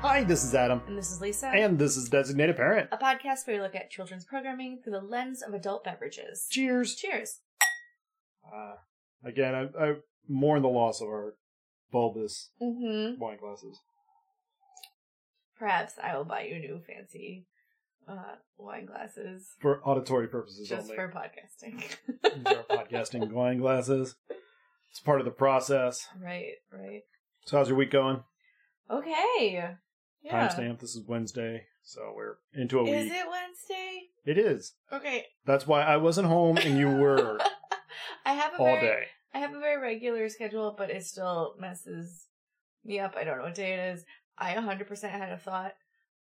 Hi, this is Adam. And this is Lisa. And this is Designated Parent. a podcast where we look at children's programming through the lens of adult beverages. Cheers. Cheers. Uh, again, I, I mourn the loss of our bulbous Mm-hmm. wine glasses. Perhaps I will buy you new fancy uh, wine glasses For auditory purposes just only. for podcasting. These are podcasting wine glasses. It's part of the process. right, right. So, how's your week going? Okay. Yeah. Timestamp. This is Wednesday, so we're into a Is week. it Wednesday? It is. Okay. That's why I wasn't home and you were I have a all very day. I have a very regular schedule, but it still messes me up. I don't know what day it is. I 100% had a thought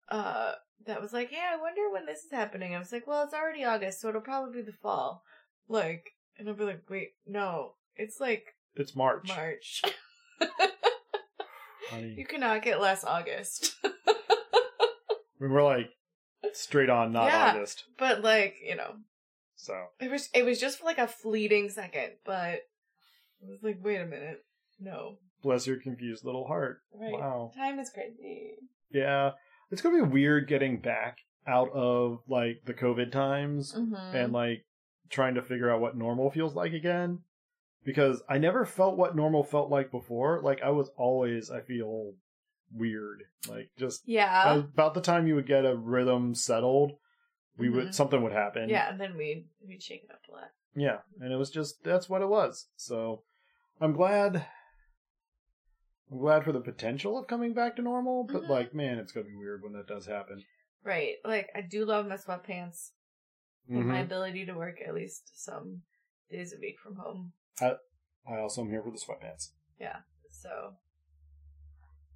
uh, that was like, yeah, I wonder when this is happening. I was like, well, it's already August, so it'll probably be the fall. Like, and I'll be like, wait, no, it's like It's March. March. Honey. you cannot get less August. We were like straight on, not Yeah. August. but like, you know, So, it was it was just for like a fleeting second, but I was like, wait a minute, no, bless your confused little heart. right? Wow. Time is crazy. Yeah, it's gonna be weird getting back out of like the COVID times Mm-hmm. and like trying to figure out what normal feels like again. Because I never felt what normal felt like before. Like I was always, I feel weird. Like just yeah. about the time you would get a rhythm settled, we would Mhm. something would happen. yeah, and then we'd we'd shake it up a lot. yeah, and it was just that's what it was. So I'm glad. I'm glad for the potential of coming back to normal, but Mhm. like, man, it's gonna be weird when that does happen. Right. Like I do love my sweatpants and Mhm. my ability to work at least some days a week from home. I also am here for the sweatpants. So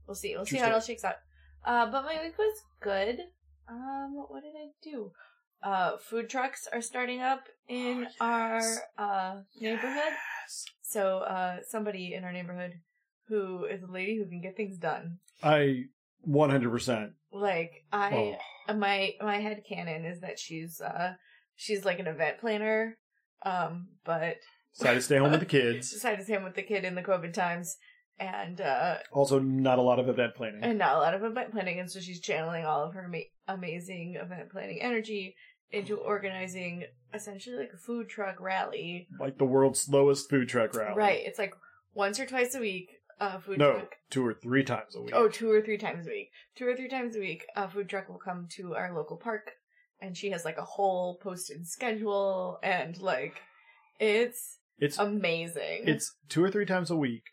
we'll see. We'll True see how it all story. shakes out. Uh but my week was good. Um what did I do? Uh food trucks are starting up in Oh, yes. our uh neighborhood. Yes. So uh somebody in our neighborhood who is a lady who can get things done. I 100%. Like I oh, my my head canon is that she's uh she's like an event planner um but decided to stay home with the kids. decided to hang with the kid in the covid times and uh Also, not a lot of event planning. and not a lot of event planning and so she's channeling all of her ama- amazing event planning energy into organizing essentially like a food truck rally like the world's slowest food truck rally. right it's like once or twice a week uh food No, truck two or three times a week. Oh, two or three times a week. Two or three times a week, a food truck will come to our local park, and she has like a whole posted schedule, and like it's it's amazing. it's two or three times a week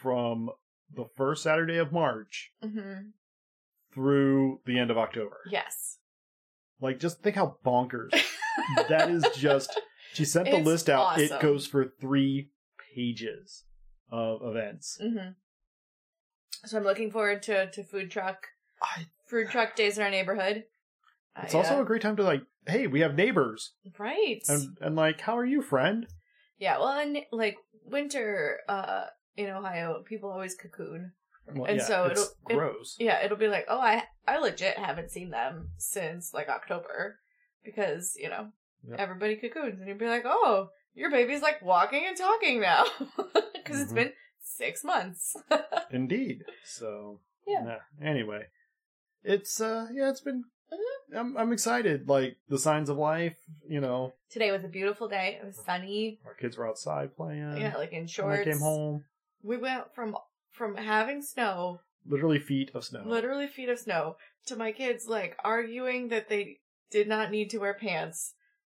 from the first Saturday of March hmm through the end of October. yes, Like, just think how bonkers that is. Just she sent the It's list out. It awesome. goes for three pages of events. hmm So I'm looking forward to to food truck I, food truck days in our neighborhood. it's I, also uh, a great time to like, hey, we have neighbors. right. and and like, how are you, friend? yeah, well, and like winter uh in Ohio, people always cocoon. Well, And so it's it'll- it- gross. Yeah, it'll be like, oh, I I legit haven't seen them since like October because you know Yep. everybody cocoons, and you'll be like, oh, your baby's like walking and talking now because it's Mhm. been six months. Indeed. So Yeah. nah. Anyway, it's uh yeah, it's been. Mhm. I'm I'm excited. Like the signs of life. You know, Today was a beautiful day. It was sunny. our kids were outside playing. yeah, like in when I shorts. came home, We went from from having snow, literally feet of snow. literally feet of snow, to my kids like arguing that they did not need to wear pants.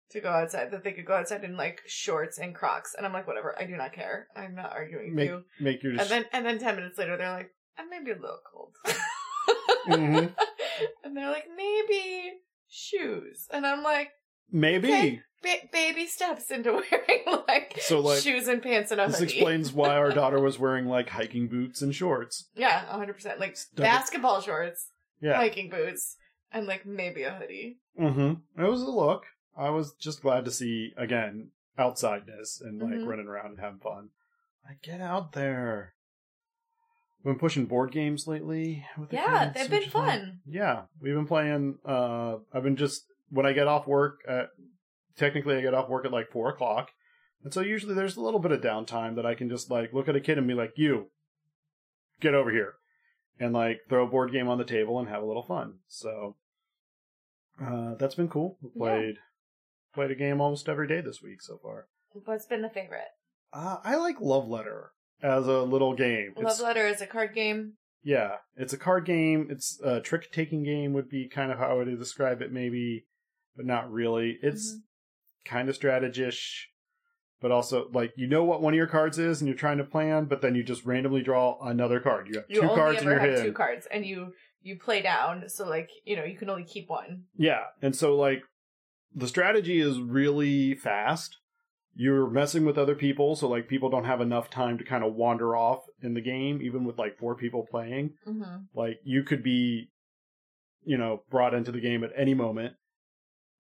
To go outside, that they could go outside in like shorts and Crocs, and I'm like, whatever, I do not care. I'm not arguing with Make you. make your. And then and then ten minutes later they're like, I'm maybe a little cold. Mhm. And they're like, maybe shoes. And I'm like, maybe okay. ba- baby steps into wearing like, So, like, shoes and pants and a this hoodie. explains why our daughter was wearing like hiking boots and shorts. yeah, hundred percent. Like Double- basketball shorts. Yeah. hiking boots, and like maybe a hoodie. Mm-hmm. It was a look. I was just glad to see again outsideness and like Mhm. running around and having fun. Like get out there. Been pushing board games lately. With the Yeah, kids, they've which been is nice. fun. Yeah, we've been playing. Uh, I've been just when I get off work. At, technically, I get off work at like four o'clock, and so usually there's a little bit of downtime that I can just like look at a kid and be like, "You, get over here," and like throw a board game on the table and have a little fun. So uh, that's been cool. We Yeah. played played a game almost every day this week so far. What's been the favorite? Uh, I like Love Letter as a little game. Love It's- Letter is a card game. yeah, it's a card game. It's a trick taking game would be kind of how I would describe it, maybe, but not really. It's Mm-hmm. kind of strategish, but also like you know what one of your cards is, and you're trying to plan, but then you just randomly draw another card. You have You two only cards in ever your have hand. two cards, and you you play down. So like you know you can only keep one. Yeah. And so like the strategy is really fast. You're messing with other people, so like people don't have enough time to kind of wander off in the game, even with like four people playing. Mm-hmm. Like you could be, you know, brought into the game at any moment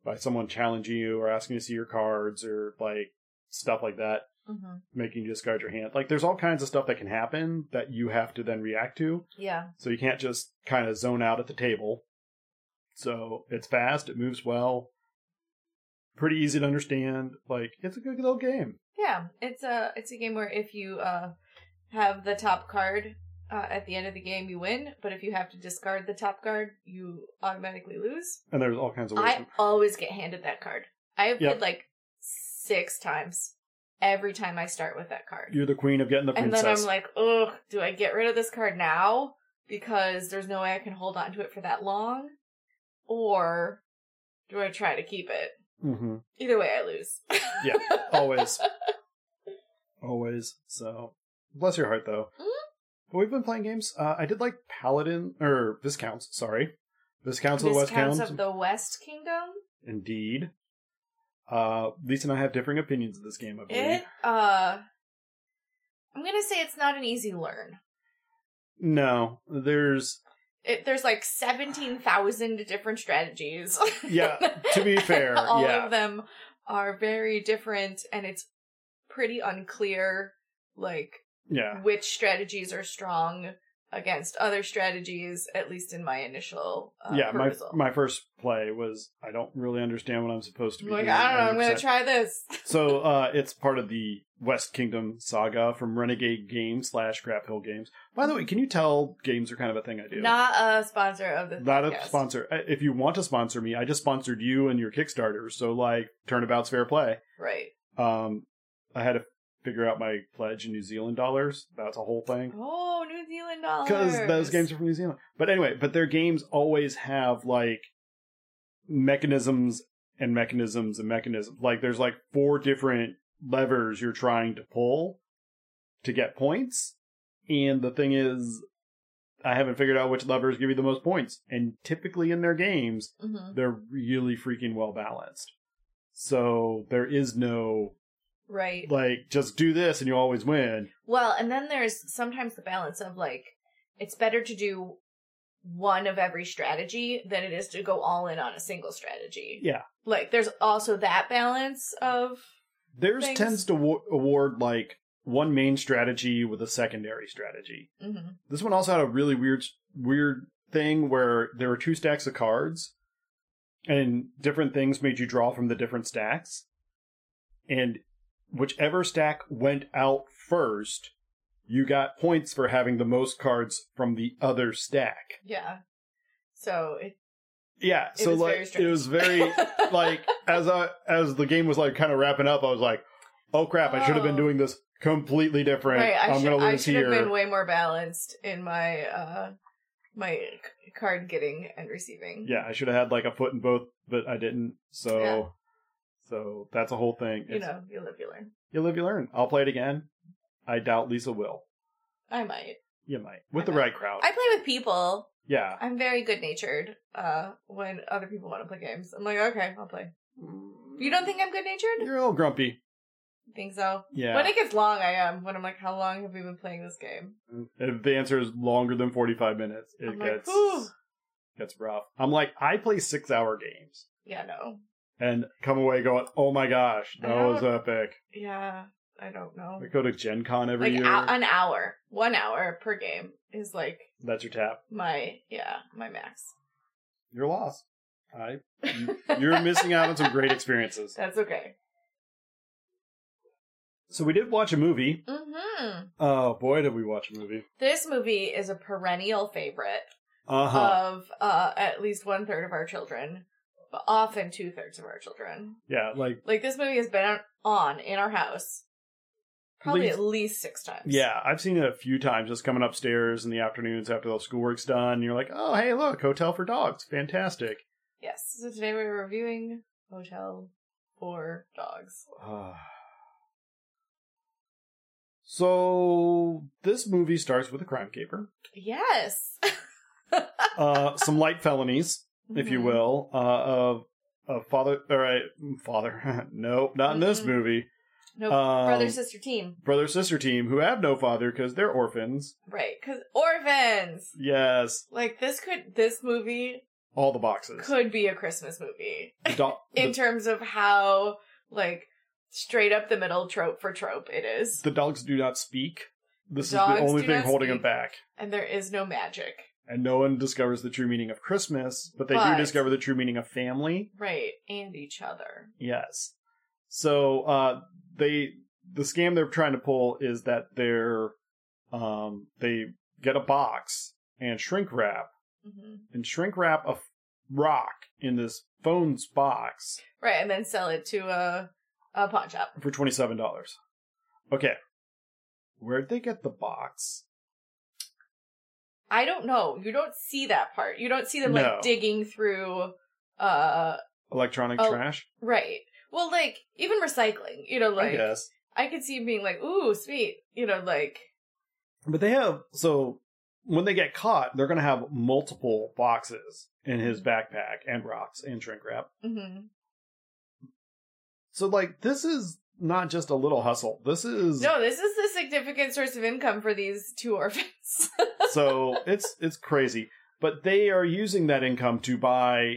by someone challenging you or asking to see your cards or like stuff like that, Mm-hmm. making you discard your hand. Like there's all kinds of stuff that can happen that you have to then react to. Yeah. So you can't just kind of zone out at the table. So it's fast, it moves well, pretty easy to understand. Like it's a good little game. Yeah, it's a it's a game where if you uh have the top card uh, at the end of the game, you win. But if you have to discard the top card, you automatically lose. And there's all kinds of ways. I always get handed that card. I have Yep. played like six times. Every time I start with that card, You're the queen of getting the and princess. then I'm like, ugh, do I get rid of this card now because there's no way I can hold on to it for that long, or do I try to keep it? mm-hmm. Either way, I lose. Yeah. Always. Always. So bless your heart though. Mhm. But we've been playing games. Uh, I did like Paladin or Viscounts, sorry. Viscounts of the West Discounts Count. of the West Kingdom. Indeed. Uh, Lisa and I have differing opinions of this game, I believe. It uh I'm gonna say it's not an easy learn. No. There's It, there's like seventeen thousand different strategies. Yeah, to be fair, all yeah. of them are very different, and it's pretty unclear like yeah. which strategies are strong against other strategies. At least in my initial uh, yeah, my perusal. my first play was I don't really understand what I'm supposed to I'm be like doing. I don't know. I'm gonna 100%. try this. so uh, it's part of the West Kingdom saga from Renegade Games slash Crap Hill Games. By the way, can you tell games are kind of a thing I do? Not a sponsor of the Not a podcast. sponsor. Uh, If you want to sponsor me, I just sponsored you and your Kickstarter. So like, turnabout's fair play. right? Um, I had to figure out my pledge in New Zealand dollars. That's a whole thing. Oh, New Zealand dollars. because those games are from New Zealand. But anyway, but their games always have like mechanisms and mechanisms and mechanisms. Like there's like four different levers you're trying to pull to get points, and the thing is, I haven't figured out which levers give you the most points. And typically in their games, hmm they're really freaking well balanced. So there is no right? like just do this and you always win. Well, and then there's sometimes the balance of like, it's better to do one of every strategy than it is to go all in on a single strategy. Yeah. Like, there's also that balance of, Theirs things. tends to wa- award like one main strategy with a secondary strategy. Mhm. This one also had a really weird, weird thing where there were two stacks of cards, and different things made you draw from the different stacks, and whichever stack went out first, you got points for having the most cards from the other stack. yeah. So it, Yeah, It so was very like strange. it was very like as I as the game was like kind of wrapping up, I was like, "Oh crap! I should have been Oh. doing this completely different. right. I I'm should, going to I lose should have here." been way more balanced in my, uh, my c- card getting and receiving. yeah, I should have had like a foot in both, but I didn't. So, Yeah. so that's a whole thing. You It's- know, you live, you learn. you live, you learn. I'll play it again. I doubt Lisa will. I might. You might with I the might. right crowd. I play with people. yeah, I'm very good natured, uh, when other people want to play games. I'm like, okay, I'll play. You don't think I'm good natured? you're a little grumpy. Think so. Yeah, When it gets long, I am. When I'm like, how long have we been playing this game? if the answer is longer than 45 minutes, it I'm like, gets "Whew." That's rough. I'm like, I play six hour games Yeah, no. and come away going, oh my gosh, that I was epic. Yeah, I don't know. I go to Gen Con every Like year. ou- an hour, one hour per game is like That's your tap. my yeah my max. You're lost. I, you- you're missing out on some great experiences. That's okay. So we did watch a movie. Mm-hmm. Oh boy, did we watch a movie. This movie is a perennial favorite Uh-huh. of uh, at least one third of our children, but often two thirds of our children. Yeah, like, Like this movie has been on in our house probably Least- at least six times. yeah, I've seen it a few times just coming upstairs in the afternoons after the schoolwork's done. And you're like, oh, hey, look, Hotel for Dogs. Fantastic. Yes. So today we're reviewing Hotel for Dogs. so this movie starts with a crime caper, Yes. uh, some light felonies, if Mm-hmm. you will, uh, of a father or a father. nope, not in this Mhm. movie. No Um, brother sister team. brother sister team who have no father because they're orphans. Right, because orphans. Yes, Like this could this movie all the boxes. could be a Christmas movie The do- in the, terms of how like straight up the middle trope for trope it is, the dogs do not speak. This is Dogs the only do thing not holding them speak. back. and there is no magic. And no one discovers the true meaning of Christmas, but they But- do discover the true meaning of family. Right, and each other. Yes. So uh they the scam they're trying to pull is that they're um they get a box and shrink wrap hmm and shrink wrap a f- rock in this phone's box Right, and then sell it to a a pawn shop. for twenty seven dollars. Okay. Where'd they get the box? I don't know. You don't see that part. You don't see them No. like digging through. uh Electronic Oh, trash? Right. Well, like even recycling. You know, I like guess. I could see him being like, "Ooh, sweet," you know, like But they have so when they get caught, they're gonna have multiple boxes in his Mm-hmm. backpack and rocks and shrink wrap. mhm. So like this is not just a little hustle. This is no, this is the significant source of income for these two orphans. so it's it's crazy. But they are using that income to buy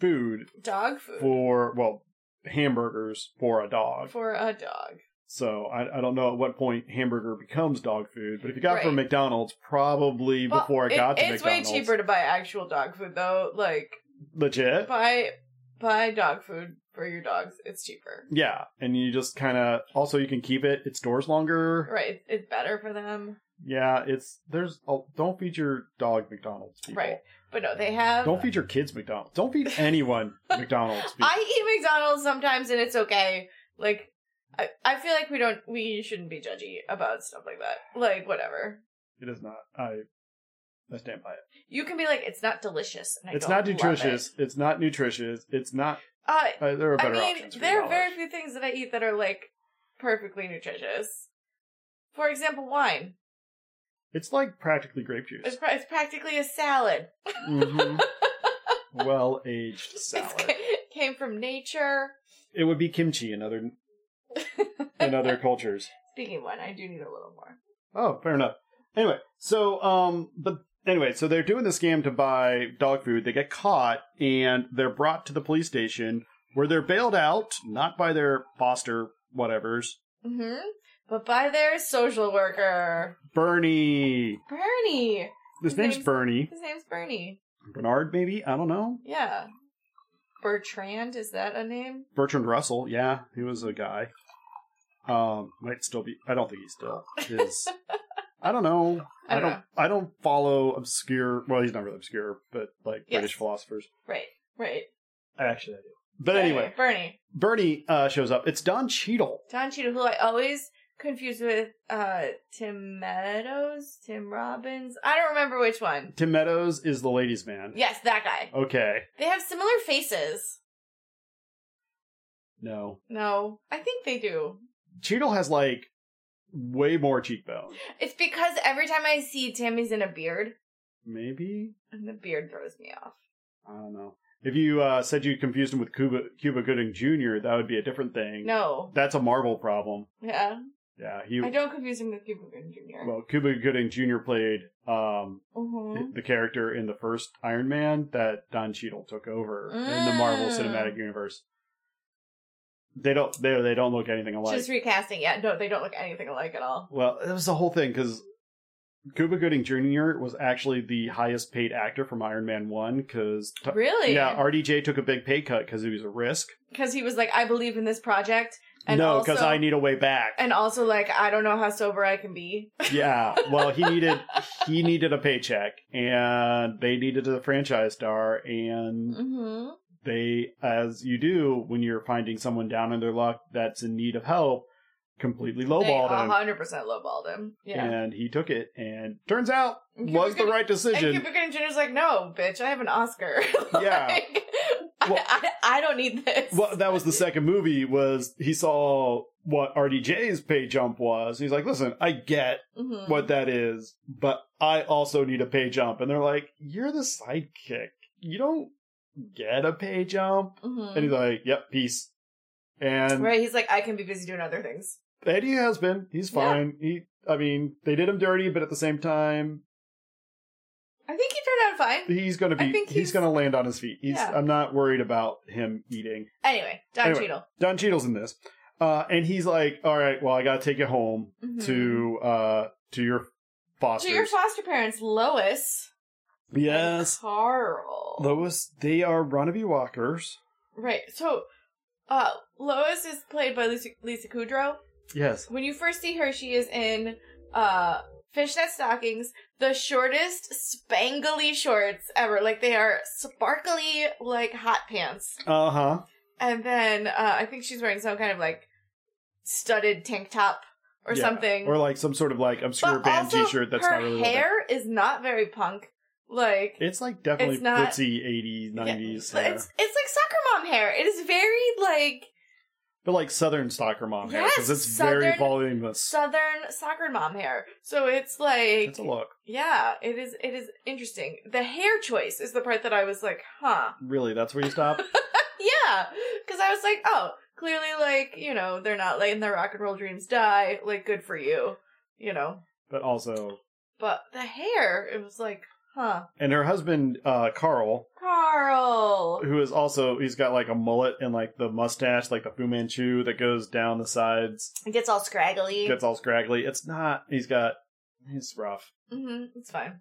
food dog food for well hamburgers for a dog. for a dog. So I, I don't know at what point hamburger becomes dog food, but if you got it from Right. McDonald's, probably Well, before it got to it's McDonald's, way cheaper to buy actual dog food though. Like legit. buy buy dog food for your dogs. It's cheaper. Yeah, and you just kind of also you can keep it. It stores longer. Right. It's better for them. Yeah, it's there's oh, don't feed your dog McDonald's. People. Right. But no, they have Don't feed your kids McDonald's. Don't feed anyone McDonald's. I eat McDonald's sometimes and it's okay. Like I, I feel like we don't we shouldn't be judgy about stuff like that. Like whatever. It is not. I I stand by it. You can be like it's not delicious and I It's don't not love nutritious. it. It's not nutritious. It's not. Uh Uh, there are I better mean, options. for there your are very dollars. few things that I eat that are like perfectly nutritious. For example, wine. It's like practically grape It's, juice. pra- it's practically a salad. hmm well aged It's Mm-hmm. salad. ca- came from nature. It would be kimchi in other in other cultures. Speaking of wine, I do need a little more. Oh, fair enough. Anyway, so um, but anyway, so they're doing the scam to buy dog food. They get caught and they're brought to the police station where they're bailed out, not by their foster whatever's hmm Mm-hmm. But by their social worker, Bernie. Bernie. His His name's name's- Bernie. His name's Bernie. Bernard, maybe I don't know. Yeah. Bertrand, is that a name? Bertrand Russell. Yeah, he was a guy. Um, might still be. I don't think he still is. I don't know. I I don't don't. I don't follow obscure. Well, he's not really obscure, but like Yes. British philosophers. Right, right. Actually, I do. But anyway, Bernie. Bernie uh, shows up. It's Don Cheadle. Don Cheadle, who I always confuse with uh, Tim Meadows, Tim Robbins. I don't remember which one. Tim Meadows is the ladies' man. Yes, that guy. Okay. They have similar faces. No. No, I think they do. Cheadle has like way more cheekbone. It's because every time I see Tim, he's in a beard, Maybe and the beard throws me off. I don't know. If you uh, said you confused him with Cuba Cuba Gooding Jr., that would be a different thing. No. That's a Marvel problem. Yeah. Yeah, he I don't confuse him with Cuba Gooding Jr. well Cuba Gooding Jr. played um Mhm. the character in the first Iron Man that Don Cheadle took over in the Marvel Mm. Cinematic Universe. They don't they they don't look anything alike. Just recasting. Yeah, no, they don't look anything alike at all. well, it was the whole thing because Cuba Gooding Jr. was actually the highest paid actor from Iron Man One because Really? yeah RDJ took a big pay cut because he was a risk. Because he was like, I believe in this project. And no, also- because I need a way back. And also, like, I don't know how sober I can be. yeah, well, he needed he needed a paycheck, and they needed a franchise star, and Mm-hmm. they, as you do when you're finding someone down in their luck that's in need of help, completely They lowballed him. 100% lowballed him. Yeah. And he took it, and turns out And Cuba was the Gooding- right And decision. Cuba Gooding Jr.'s like, no, bitch, I have an Oscar. Yeah. Like, Well- I, I, I don't need this. Well, that was the second movie. Was he saw what RDJ's pay jump was? He's like, listen, I get Mhm. what that is, but I also need a pay jump. And they're like, you're the sidekick. You don't get a pay jump. Mhm. And he's like, yep, peace. And right, he's like, I can be busy doing other things. Eddie has been. He's Yeah. fine. He, I mean, they did him dirty, but at the same time, I think he turned out fine. he's going to be. I think He's, he's- going to land on his feet. He's. Yeah. I'm not worried about him eating. Anyway, Don Anyway. Cheadle. Don Cheadle's in this, uh, and he's like, "All right, well, I got to take you home Mhm. to uh, to your To fosters." your foster parents, Lois. yes, And Carl. Lois. They are Runaby Walkers. right. So, uh, Lois is played by Lisa, Lisa Kudrow. Yes. When you first see her, she is in uh fishnet stockings, the shortest spangly shorts ever. Like they are sparkly like hot pants. Uh huh. And then uh I think she's wearing some kind of like studded tank top or Yeah. something. Or like some sort of like obscure But band also, T-shirt that's her not really. what they- hair is not very punk. Like It's like definitely It's not- glitzy '80s, '90s, Yeah, hair. it's it's like soccer mom hair. It is very like but like Southern soccer mom hair because Yes, it's very Southern- voluminous. southern soccer mom hair. So it's like It's a look. Yeah, it is. It is interesting. The hair choice is the part that I was like, huh? Really, that's where you stop. Yeah, because I was like, oh, clearly, like you know, they're not letting their rock and roll dreams die. Like, good for you, you know. but also, But the hair, it was like, huh, and her husband uh, Carl, Carl. who is also he's got like a mullet and like the mustache, like the Fu Manchu that goes down the sides, It gets all scraggly. gets all scraggly. It's not. He's got. He's rough, hmm it's fine.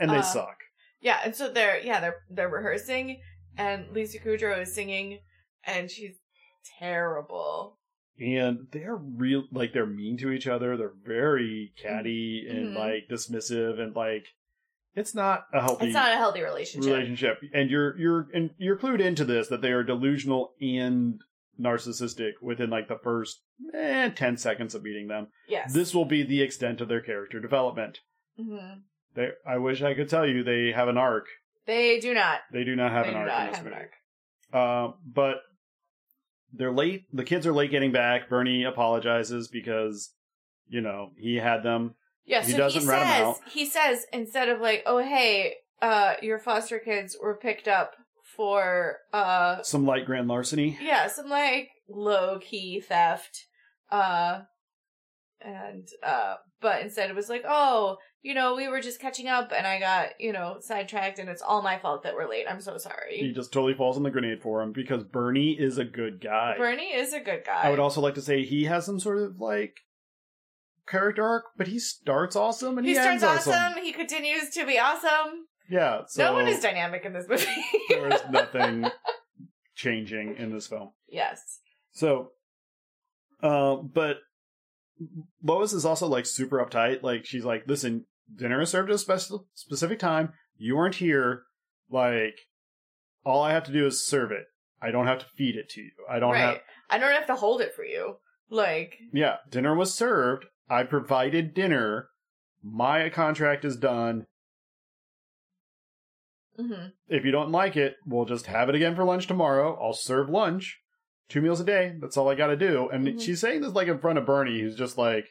and they Uh, suck. Yeah, and so they're yeah they're they're rehearsing, and Lisa Kudrow is singing, and she's terrible. And they're real, like they're mean to each other. They're very catty and Mhm. like dismissive, and like it's not a healthy. It's not a healthy relationship. relationship and you're you're and you're clued into this that they are delusional and narcissistic within like the first eh, 10 seconds of meeting them Yes. this will be the extent of their character development hmm they, i wish i could tell you they have an arc They do not. they do not have They an do arc not in this have an movie arc. Uh, but they're late the kids are late getting back bernie apologizes because you know he had them Yeah, He so doesn't he rat 'em says out. he says instead of like, "Oh hey, uh, your foster kids were picked up for uh, some light grand larceny yeah, some like low key theft," uh, and uh, but instead it was like, "Oh, you know, we were just catching up, and I got you know sidetracked, and it's all my fault that we're late. I'm so he sorry." just totally falls on the grenade for him because bernie is a good guy Bernie is a good guy. I would also like to say he has some sort of like character arc, but he starts awesome and he, he starts ends awesome. awesome. He continues to be awesome. Yeah, so no one is dynamic in this movie. there is nothing changing in this film. yes. So, uh, but Lois is also like super uptight. Like she's like, "Listen, dinner is served at a special specific time. You weren't here. Like, all I have to do is serve it. I don't have to feed it to you. I don't have right. I don't have to hold it for you. Like, Yeah, dinner was served. I provided dinner. My contract is done. mhm. If you don't like it, we'll just have it again for lunch tomorrow. I'll serve lunch. Two meals a day. That's all I got to do. And Mhm. she's saying this like in front of Bernie, who's just like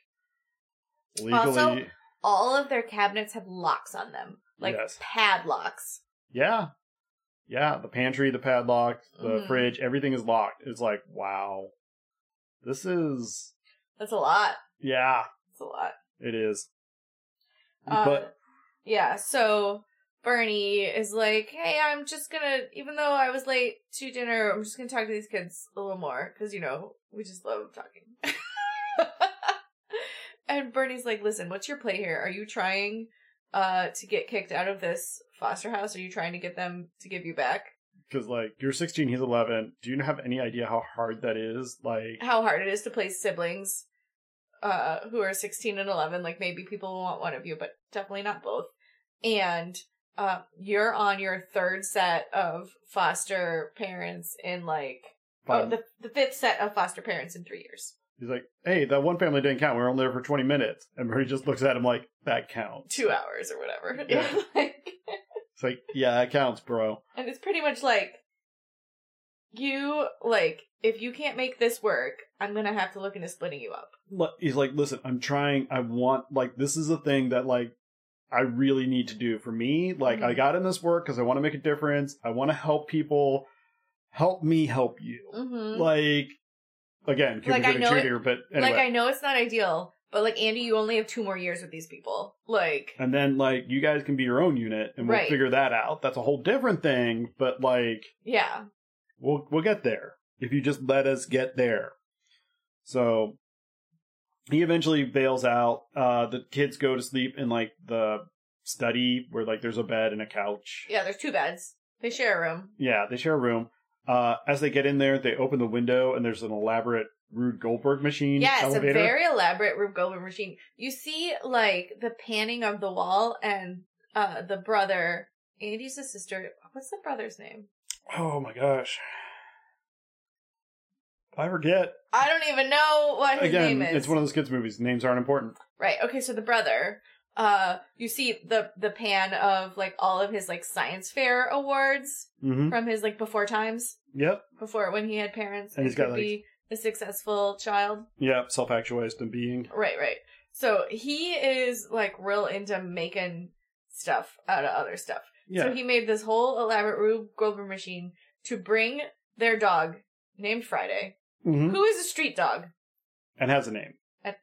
legally. Also- all of their cabinets have locks on them, like Yes. padlocks. yeah. Yeah. The pantry, the padlock, the Mhm. fridge, everything is locked. It's like, wow. This is. That's a lot. Yeah, It's a lot. it is. Uh, but yeah, so Bernie is like, "Hey, I'm just gonna, even though I was late to dinner, I'm just gonna talk to these kids a little more because you know we just love talking." and Bernie's like, "Listen, what's your play here? Are you trying uh to get kicked out of this foster house? Are you trying to get them to give you back? because like you're 16, he's 11. Do you have any idea how hard that is? Like, How hard it is to place siblings." Uh, who are 16 and 11, like maybe people will want one of you, but definitely not both. and uh, you're on your third set of foster parents in like oh, fine. the the fifth set of foster parents in three years. he's like, hey, that one family didn't count. We were only there for 20 minutes, and Murray just looks at him like that counts. Two hours or whatever. Yeah. like, It's like, yeah, that counts, bro. and it's pretty much like you like if you can't make this work, I'm gonna have to look into splitting you up. Li- he's like, listen, I'm trying. I want like this is a thing that like I really need to do for me. Like I Mhm. got in this work because I want to make a difference. I want to help people. Help me help you. Mm-hmm. Like again, Cupid's Like, I an know it- intruder, but anyway. Like I know it's not ideal, but like Andy, you only have two more years with these people. Like and then like you guys can be your own unit, and we'll Right. figure that out. That's a whole different thing. But like yeah, we'll we'll get there if you just let us get there. So he eventually bails out. Uh, the kids go to sleep in like the study where like there's a bed and a couch. yeah. There's two beds. They share a room. Yeah, they share a room. Uh, as they get in there, they open the window and there's an elaborate Rude Goldberg machine Yes, elevator. a very elaborate Rube Goldberg machine. You see, like the panning of the wall and uh the brother, Andy's the sister. What's the brother's name? oh my gosh, I forget. I don't even know what his Again, name is. it's one of those kids' movies. Names aren't important. right. Okay, so the brother. Uh, you see the the pan of like all of his like science fair awards Mm-hmm. from his like before times, Yep, before when he had parents And he's got, could like- be a successful child. yep. Self-actualized and being. Right, right. So he is like real into making stuff out of other stuff. Yeah, So he made this whole elaborate Rube Goldberg machine to bring their dog named Friday, hmm who is a street dog. and has a name. And-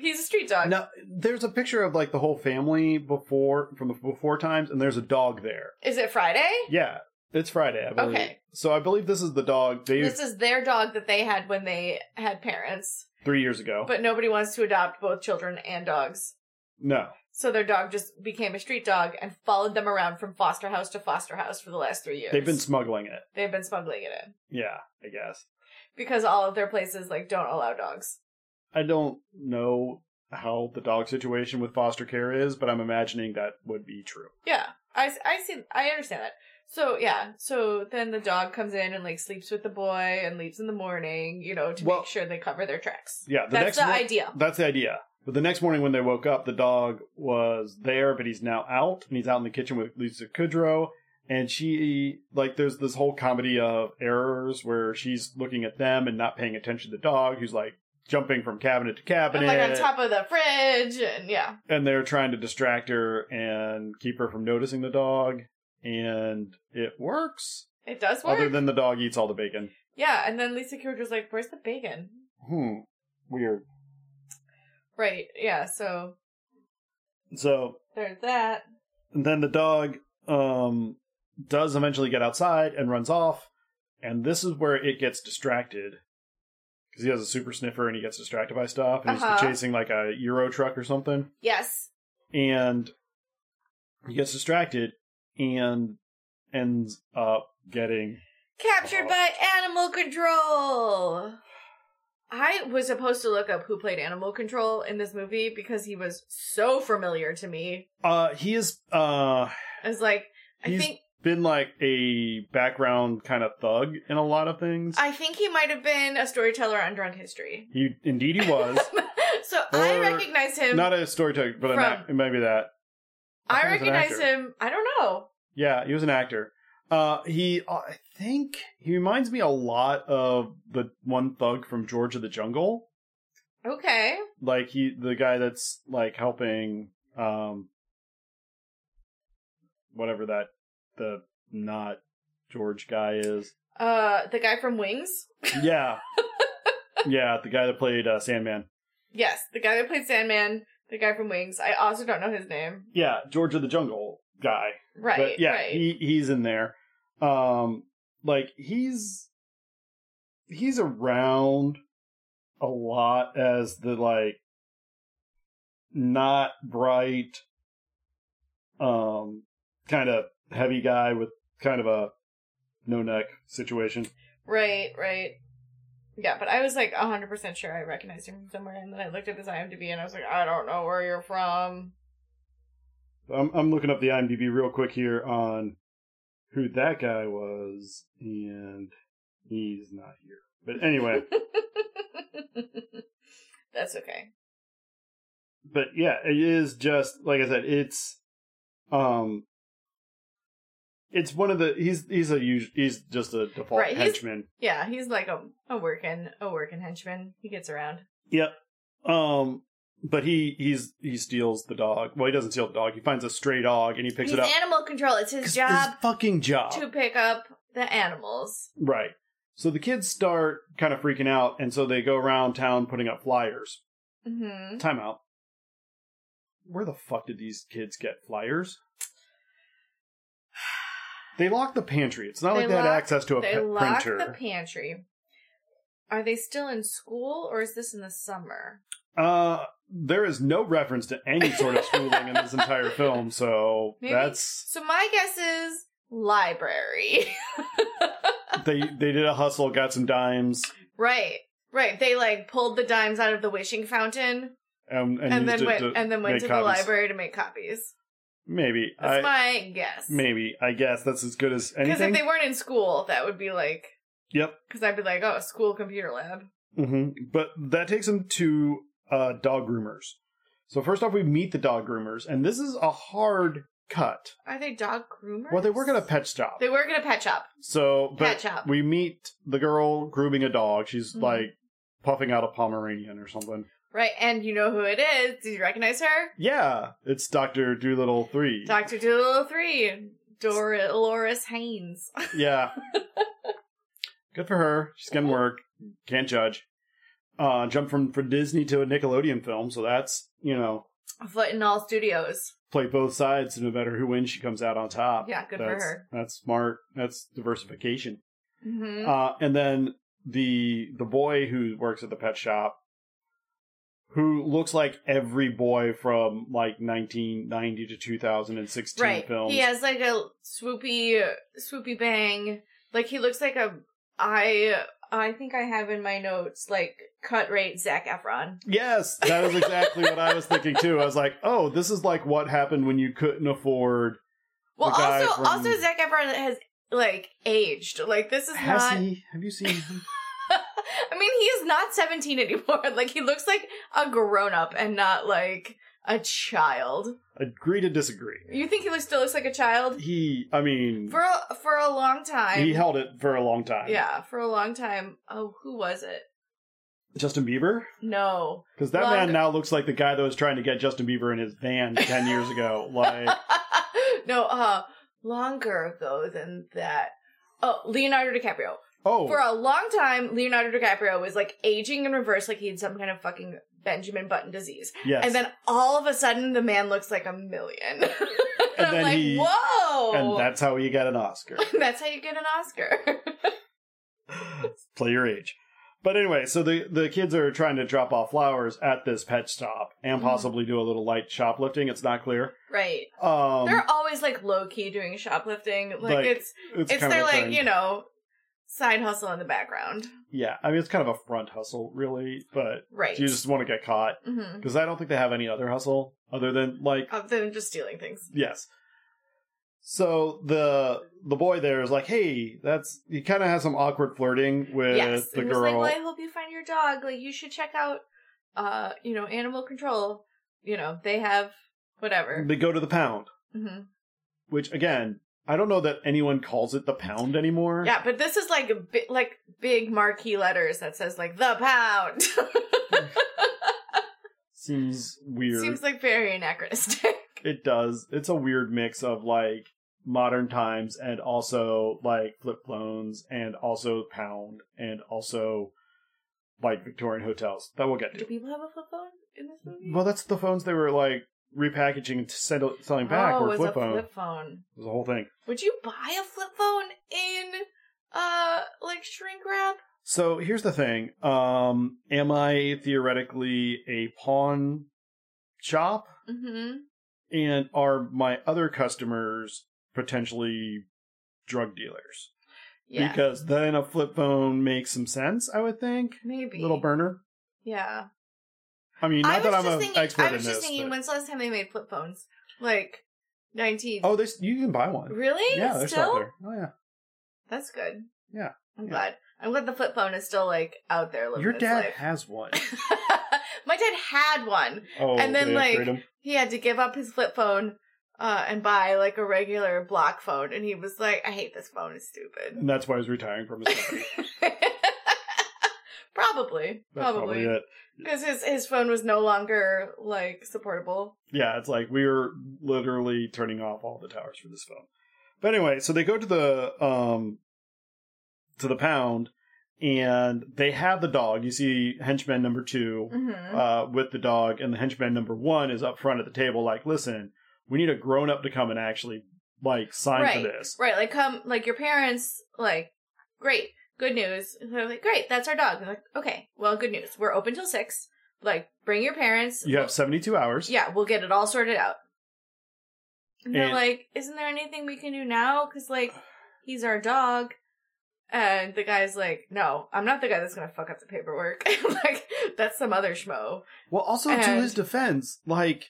He's a street dog. Now, there's a picture of like the whole family before from the before times, and there's a dog there. Is it Friday? Yeah, it's Friday, I believe. Okay. So I believe this is the dog they used This is their dog that they had when they had parents, three years ago. but nobody wants to adopt both children and dogs. no, So their dog just became a street dog and followed them around from foster house to foster house for the last three years. they've been smuggling it. they've been smuggling it in Yeah, I guess. because all of their places like don't allow dogs. I don't know how the dog situation with foster care is, but I'm imagining that would be true. Yeah, I, I see. I understand that. So yeah, so then the dog comes in and like sleeps with the boy and leaves in the morning, you know, to Well- make sure they cover their tracks. Yeah, the next That's the mor- idea. That's the idea. But the next morning when they woke up, the dog was there, but he's now out, and he's out in the kitchen with Lisa Kudrow. And she, like, there's this whole comedy of errors where she's looking at them and not paying attention to the dog, who's like jumping from cabinet to And cabinet. like on top of the fridge, and yeah, and they're trying to distract her and keep her from noticing the dog. And it works. it does work. Other than the dog eats all the bacon. yeah, and then Lisa Kudrow's like, "Where's the bacon?" Hmm. Weird. Right. Yeah. So So there's that. And then the dog um, does eventually get outside and runs off. And this is where it gets distracted because he has a super sniffer and he gets distracted by stuff. And he's Uh-huh. chasing like a Euro truck or something. Yes. And he gets distracted and ends up getting. Captured Oh. by Animal Control. I was supposed to look up who played Animal Control in this movie because he was so familiar to me. Uh, he has uh, I was like, I He's- think been like a background kind of thug in a lot of things. I think he might have been a storyteller on Drunk History. he indeed he was so I Or- recognize him. not a storyteller, but an From- act- maybe that. I think he was an recognize actor. him. I don't know. Yeah, he was an actor. Uh, he, uh, I think, he reminds me a lot of the one thug from George of the Jungle. Okay. Like he, the guy that's like helping, um, whatever that the not George guy is. Uh, the guy from Wings. Yeah, yeah, the guy that played uh, Sandman. Yes, the guy that played Sandman, the guy from Wings. I also don't know his name. Yeah, George of the Jungle guy. Right. But yeah, right. he he's in there. Um, like he's he's around a lot as the like not bright, um, kind of heavy guy with kind of a no neck situation. Right, right. Yeah, but I was like 100% sure I recognized him from somewhere, and then I looked at his IMDb and I was like, I don't know where you're from. I'm I'm looking up the IMDb real quick here on who that guy was, and he's not here. But anyway, That's okay. but yeah, it is just like I said. It's um, it's one of the he's he's a us- he's just a default Right, he's- henchman. Yeah, he's like a, a working a working henchman. He gets around. Yep. Um, but he he's he steals the dog. Well, he doesn't steal the dog. He finds a stray dog and he picks he's it up. animal control. It's 'Cause his job fucking job. to pick up the animals. Right. So the kids start kind of freaking out, and so they go around town putting up flyers. hmm Time out. Where the fuck did these kids get flyers? They locked the pantry. It's not They like they had locked- access to a They pe- lock printer. the pantry. Are they still in school or is this in the summer? uh, there is no reference to any sort of schooling in this entire film, so Maybe- that's So my guess is library. they they did a hustle, got some dimes, right. Right. They like pulled the dimes out of the wishing fountain um, and, and, used then it went to and then went make to the copies. library to make copies. Maybe That's I my guess. maybe I guess that's as good as Because if anything. they weren't in school, that would be like Yep. because I'd be like, oh, school computer lab. hmm Mm-hmm. But that takes him to uh, dog groomers. So first off, we meet the dog groomers, and this is a hard cut. Are they dog groomers? Well, they work at a pet shop, They work at a pet shop. so but pet shop. we meet the girl grooming a dog. She's Mhm. like puffing out a Pomeranian or something. Right, and you know who it is. Do you recognize her? Yeah, it's Doctor Doolittle three. Dr. Doolittle 3, Dolores Haynes. yeah, good for her. She's gonna work. Can't judge. Uh, jump from from Disney to a Nickelodeon film, so that's you know Foot in all studios. play both sides, and no matter who wins, she comes out on top. Yeah, good for that's, her. That's smart. That's diversification. hmm Uh, and then the the boy who works at the pet shop, who looks like every boy from like 1990 to 2016 right. films. He has like a swoopy, swoopy bang. Like he looks like a. I I think I have in my notes like cut rate Zach Efron. Yes, that is exactly what I was thinking too. I was like, "Oh, this is like what happened when you couldn't afford." Well, The guy also from- also Zach Efron has like aged. Like this is Has not. he? Have you seen him? I mean, he is not 17 anymore. Like, he looks like a grown up and not like a child. Agree to disagree. You think he looks, still looks like a child? He, I mean, For a, for a long time. he held it for a long time. Yeah, for a long time. Oh, who was it? Justin Bieber. No. Because that Well, man I'm- now looks like the guy that was trying to get Justin Bieber in his van 10 years ago. Like, no, uh, longer ago than that. Oh, Leonardo DiCaprio. oh, For a long time, Leonardo DiCaprio was like aging in reverse, like he had some kind of fucking Benjamin Button disease. yes. And then all of a sudden, the man looks like a million. and, And I'm then like, he- whoa! And that's how you got an Oscar. That's how you get an Oscar. Play your age. But anyway, so the, the kids are trying to drop off flowers at this pet stop and Mhm. possibly do a little light shoplifting. It's not clear. right. Um, They're always like low key doing shoplifting. Like, Like, it's it's it's, kind their of a like, thing. you know, side hustle in the background. Yeah, I mean, it's kind of a front hustle, really, but Right. you just want to get caught. hmm Because I don't think they have any other hustle other than, like, Of them just stealing things. Yes. So the the boy there is like, hey, that's he kind of has some awkward flirting with yes. the it was girl. like, well, I hope you find your dog. Like, you should check out, uh, you know, animal control. You know, they have whatever. they go to the pound, hmm which again, I don't know that anyone calls it the pound anymore. Yeah, but this is like a bi- like big marquee letters that says like the pound. seems weird. Seems like very anachronistic. it does. It's a weird mix of like modern times and also like flip phones and also pound and also like Victorian hotels that we'll get Do to. people have a flip phone in this movie? Well, that's the phones they were like repackaging and sell- selling back oh, were it's flip a phone. flip phone. It was the whole thing. Would you buy a flip phone in uh like shrink wrap? So here's the thing. Um, am I theoretically a pawn shop? Mm-hmm. And are my other customers potentially drug dealers? Yeah. Because then a flip phone makes some sense, I would think. Maybe. Little burner. Yeah. I mean, not I was that I'm just an thinking. expert I was in just this. thinking. but- When's the last time they made flip phones? Like nineteen. Oh, this you can buy one. really? Yeah, they're still Still? out there. Oh yeah. That's good. Yeah. I'm Yeah. glad. I'm glad the flip phone is still like out there living Your its dad life. has one. My dad had one. Oh, And then, they like- upgrade 'em? He had to give up his flip phone uh, and buy like a regular block phone, and he was like, "I hate this phone. It's stupid." and that's why he's retiring from his company. probably, Mm, That's probably probably, it. because his his phone was no longer like supportable. Yeah, it's like we were literally turning off all the towers for this phone. But anyway, so they go to the um to the pound and they have the dog. You see henchman number 2 Mm-hmm. uh with the dog and the henchman number 1 is up front at the table like, "Listen, we need a grown up to come and actually like sign right, for this." right. Like, come, like your parents, like, great, good news. And They're like, great, that's our dog. And they're like, okay, well, good news. We're open till six. Like, bring your parents. You have 72 hours. Yeah, we'll get it all sorted out. And they're And- like, isn't there anything we can do now? Because, like, he's our dog. And the guy's like, no, I'm not the guy that's going to fuck up the paperwork. like, that's some other schmo. Well, also to And- his defense, like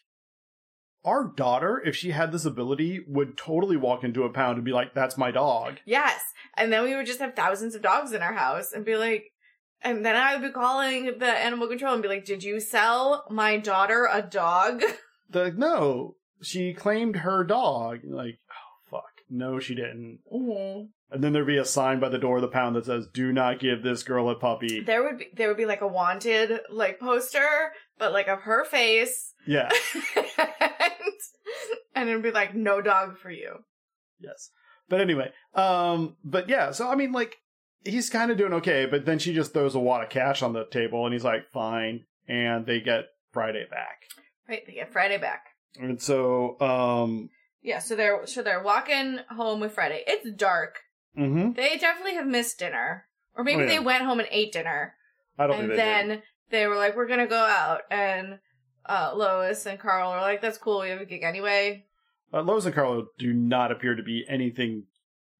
our daughter, if she had this ability, would totally walk into a pound and be like, "That's my dog." Yes. And then we would just have thousands of dogs in our house and be like, and then I would be calling the animal control and be like, did you sell my daughter a dog? They're like, "No, she claimed her dog." You're like, oh fuck, no, she didn't. And then there'd be a sign by the door of the pound that says, "Do not give this girl a puppy." There would be, there would be like a wanted, like poster, but like of her face. Yeah, and, and it'd be like, no dog for you. yes. But anyway, um, but yeah, so I mean, like, he's kind of doing okay, but then she just throws a wad of cash on the table, and he's like, "Fine," and they get Friday back. Right. They get Friday back. And so, um, Yeah. So they're, so they're walking home with Friday. It's dark. hmm They definitely have missed dinner. Or maybe Oh, yeah. they went home and ate dinner. I don't and think they then did. they were like, "We're gonna go out," and uh, Lois and Carl are like, "That's cool. We have a gig anyway." Uh, Lois and Carlo do not appear to be anything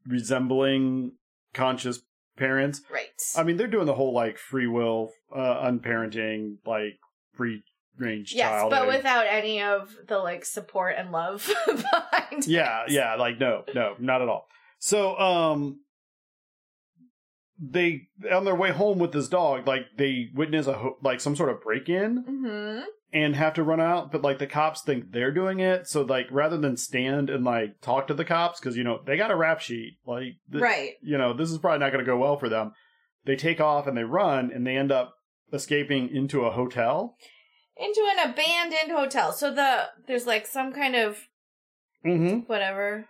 resembling conscious parents. Right. I mean, they're doing the whole like free will, uh, unparenting, like free range yes, child. but thing. without any of the like support and love behind. yeah, it. yeah, like no, no, not at all. So, um, they on their way home with this dog, like they witness a ho- like some sort of break in, Mhm. and have to run out but like the cops think they're doing it so like rather than stand and like talk to the cops because you know they got a rap sheet like th- right. you know this is probably not going to go well for them they take off and they run and they end up escaping into a hotel Into an abandoned hotel. So the there's like some kind of mm-hmm whatever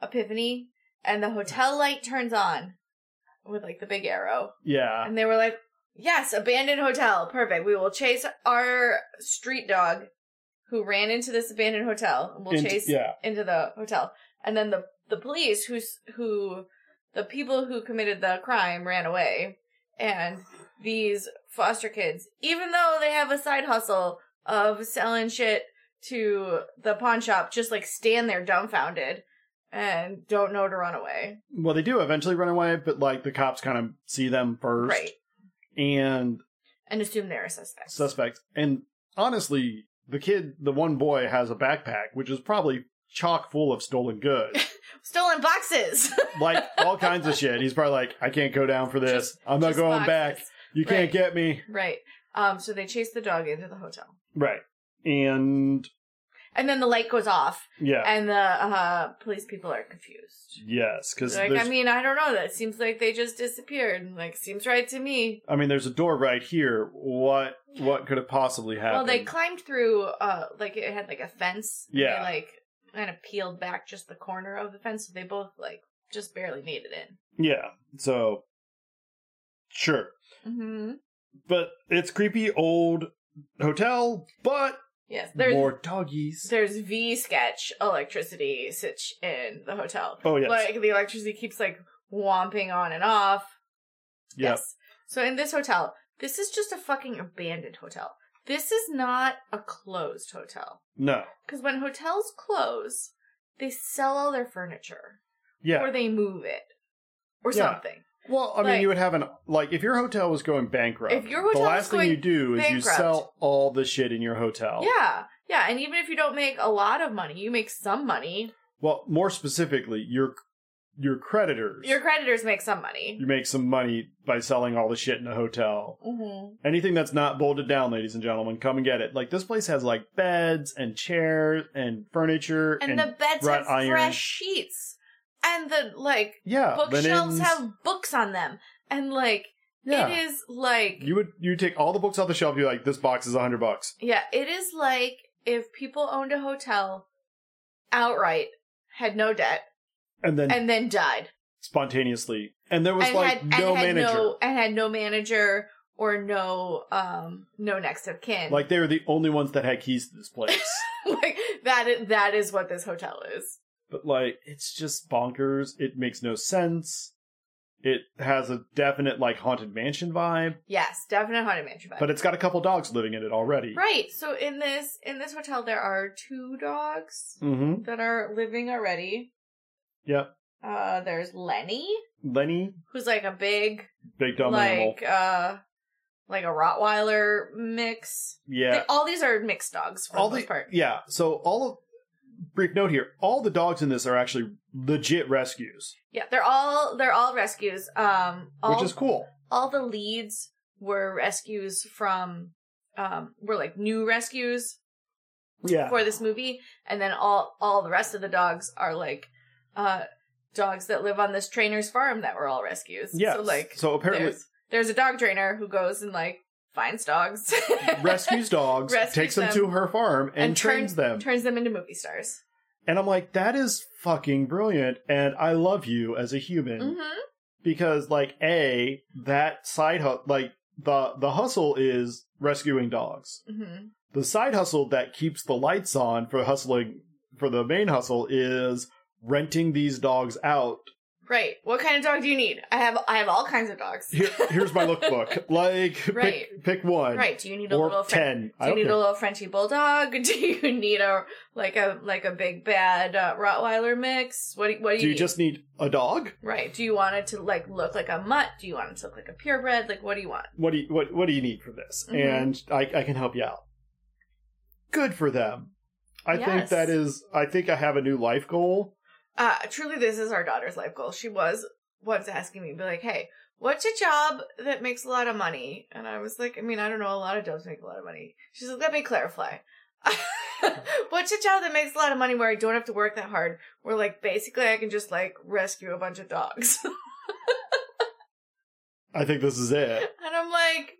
epiphany, and the hotel light turns on with like the big arrow. yeah And they were like, yes, abandoned hotel. Perfect. We will chase our street dog who ran into this abandoned hotel and we'll Into- chase yeah into the hotel. And then the, the police who's, who, the people who committed the crime ran away. And these foster kids, even though they have a side hustle of selling shit to the pawn shop, just like stand there dumbfounded and don't know to run away. well they do eventually run away but like the cops kind of see them first Right. and And assume they're a suspect. suspects and honestly the kid the one boy has a backpack which is probably chock full of stolen goods Stolen boxes. like all kinds of shit. He's probably like, I can't go down for this. I'm not Just going boxes. back. You can't Right. get me. Right. Um, so they chase the dog into the hotel. Right. And And then the light goes off, yeah, and the uh, police people are confused. yes, because They're like, I mean, I don't know. That seems like they just disappeared. and, Like, seems right to me. I mean, there's a door right here. What what could have possibly happened? Well, they climbed through, uh, like, it had, like, a fence. and Yeah. They, like, kind of peeled back just the corner of the fence, so they both, like, just barely made it yeah. So sure. in. Mm-hmm. But it's creepy old hotel, but Yes, there's more doggies. there's V sketch electricity sitch in the hotel. Oh yes, Like the electricity keeps like womping on and off. yeah. Yes. So in this hotel, this is just a fucking abandoned hotel. This is not a closed hotel. No, Because when hotels close, they sell all their furniture yeah. or they move it or Yeah. something. Well, I mean, Like- you would have an like if your hotel was going bankrupt. If your hotel the was last thing going you do is you bankrupt- sell all the shit in your hotel. Yeah. Yeah. And even if you don't make a lot of money, you make some money. Well, more specifically, your your creditors. Your creditors make some money. you make some money by selling all the shit in the hotel. Mm-hmm. Anything that's not bolted down, ladies and gentlemen, come and get it. Like this place has like beds and chairs and furniture And, the beds wrought have iron. fresh sheets. And the like yeah, bookshelves linens. have books on them. And like yeah. it is like you would you take all the books off the shelf. You're like, this box is a hundred bucks. Yeah, it is like if people owned a hotel outright, had no debt, And then and then died. spontaneously, and there was and like had, no and had manager. no and had no manager or no um no next of kin. Like they were the only ones that had keys to this place. Like, that is, that is what this hotel is. but like it's just bonkers. It makes no sense. It has a definite like haunted mansion vibe, Yes, definite haunted mansion vibe. but it's got a couple dogs living in it already. right. So in this in this hotel there are two dogs Mm-hmm. that are living already. Yep. Uh there's Lenny, Lenny, who's like a big big dumb animal. like uh like a Rottweiler mix. Yeah. They- all these are mixed dogs for all the the most part. yeah. So all of brief note here. All the dogs in this are actually legit rescues, Yeah, they're all they're all rescues. Um, all which is cool. all the leads were rescues from um were like new rescues Yeah. for this movie, and then all all the rest of the dogs are like uh dogs that live on this trainer's farm that were all rescues. Yeah. So like so apparently there's there's a dog trainer who goes and like finds dogs rescues dogs, Rescues takes them, them. to her farm and, turns trains them. turns them into movie stars. And I'm like, that is fucking brilliant. And I love you as a human hmm because, like, a that side hustle, like the the hustle is rescuing dogs. hmm The side hustle that keeps the lights on for hustling for the main hustle is renting these dogs out. Right. What kind of dog do you need? I have I have all kinds of dogs. Here, here's my lookbook. Like, Right. pick pick one Right. Do you need a or little French? ten. Do I you don't need care. a little Frenchy bulldog? Do you need a like a like a big bad uh, Rottweiler mix? What do, what do you, Do you need? just need a dog? right? Do you want it to like look like a mutt? Do you want it to look like a purebred? Like what do you want? What do you what What do you need for this? Mhm. And I I can help you out. Good for them. I think Yes. that is. I think I have a new life goal. Uh truly, this is our daughter's life goal. She was once asking me, be like, hey. What's a job that makes a lot of money? And I was like, I mean, I don't know. A lot of jobs make a lot of money. She's like, let me clarify. What's a job that makes a lot of money where I don't have to work that hard? Where like basically I can just like rescue a bunch of dogs. I think this is it. And I'm like,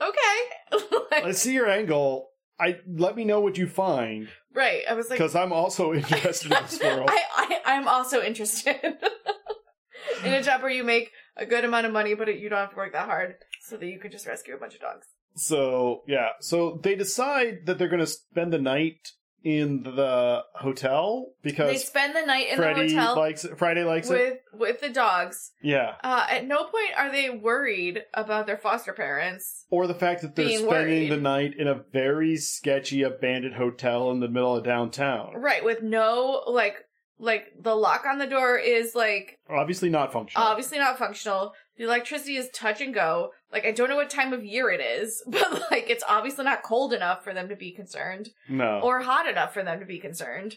okay. I Like, see your angle. I let me know what you find right. I was like, because I'm also interested in this world. I, I, I'm also interested in a job where you make a good amount of money, but you don't have to work that hard so that you can just rescue a bunch of dogs. So yeah. So they decide that they're going to spend the night in the hotel They because spend the night in Freddie the hotel likes it. Friday likes it. with, with the dogs. Yeah. Uh, at no point are they worried about their foster parents. Or the fact that they're Being spending worried. the night in a very sketchy abandoned hotel in the middle of downtown. Right. With no, like, like the lock on the door is like Obviously not functional. obviously not functional. The electricity is touch and go. Like I don't know what time of year it is, but like it's obviously not cold enough for them to be concerned no. or hot enough for them to be concerned.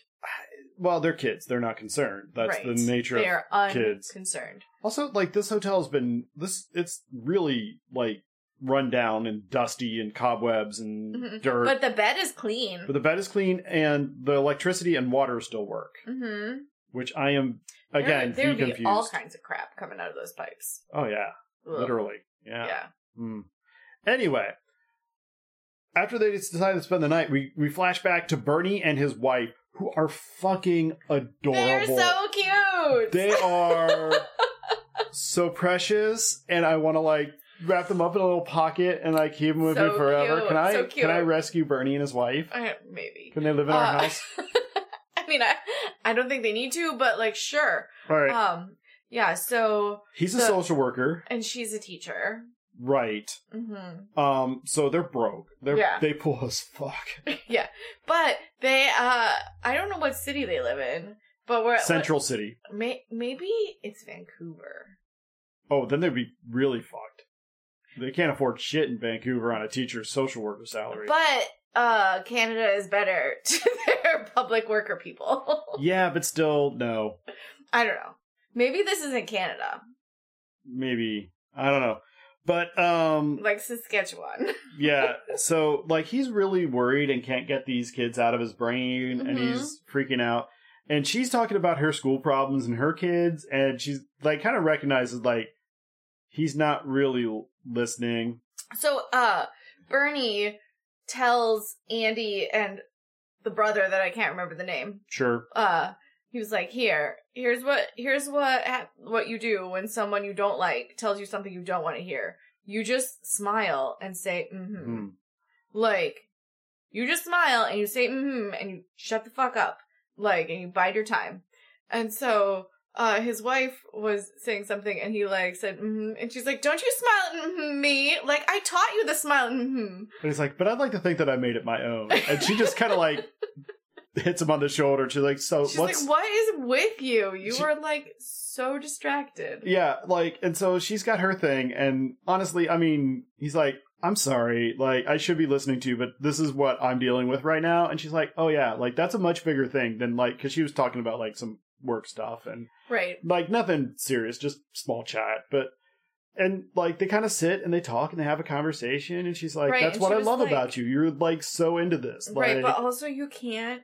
well, they're kids. They're not concerned. That's Right. the nature They of are kids. unconcerned. Also, like this hotel's been this it's really like run down and dusty and cobwebs and Mhm. dirt. But the bed is clean. But the bed is clean and the electricity and water still work, mm-hmm. which I am again there would be be confused. all kinds of crap coming out of those pipes. oh yeah, Ugh. literally. Yeah. Hmm. Anyway, after they decide to spend the night, we, we flash back to Bernie and his wife, who are fucking They're adorable. so cute. They are so precious, and I want to like wrap them up in a little pocket and like keep them with So me forever. cute, Can I so cute. can I rescue Bernie and his wife? I, maybe. Can they live in our Uh, house? I mean, I, I don't think they need to, but like, sure. All right. Um, yeah. So, He's a the- social worker, and she's a teacher. right? hmm Um, so they're broke. They're Yeah. they poor as fuck. But they, uh, I don't know what city they live in, but we're Central City. May, maybe it's Vancouver. Oh, then they'd be really fucked. They can't afford shit in Vancouver on a teacher's social worker salary. But uh Canada is better to their public worker people. yeah, but still, no. I don't know. Maybe this isn't Canada, Maybe I don't know. But um, like Saskatchewan. yeah. So like he's really worried and can't get these kids out of his brain, and Mhm. he's freaking out. And she's talking about her school problems and her kids, and she's like kind of recognizes like he's not really l- listening. So uh Bernie tells Andy and the brother that I can't remember the name. Sure. Uh he was like, "Here, here's what here's what hap- what you do when someone you don't like tells you something you don't want to hear. You just smile and say, mm-hmm. Hmm. Like, you just smile and you say, mm hmm, and you shut the fuck up. Like, and you bide your time. And so, uh, his wife was saying something and he, like, said, mm hmm, and she's like, don't you smile at mm-hmm me? Like, I taught you the smile, mm hmm. And he's like, but I'd like to think that I made it my own. And she just kind of like hits him on the shoulder. She's like, so She's Uh, what's like, what is with you? You She- were, like, so distracted. Yeah, like, and so she's got her thing, and honestly, I mean, he's like, I'm sorry, like, I should be listening to you, but this is what I'm dealing with right now. And she's like, oh yeah, like, that's a much bigger thing than, like, because she was talking about, like, some work stuff and, Right. like, nothing serious, just small chat, but, and, like, they kind of sit and they talk and they have a conversation, and she's like, Right, that's and what she I was love like- about you. You're, like, so into this. Like, right. But also, you can't,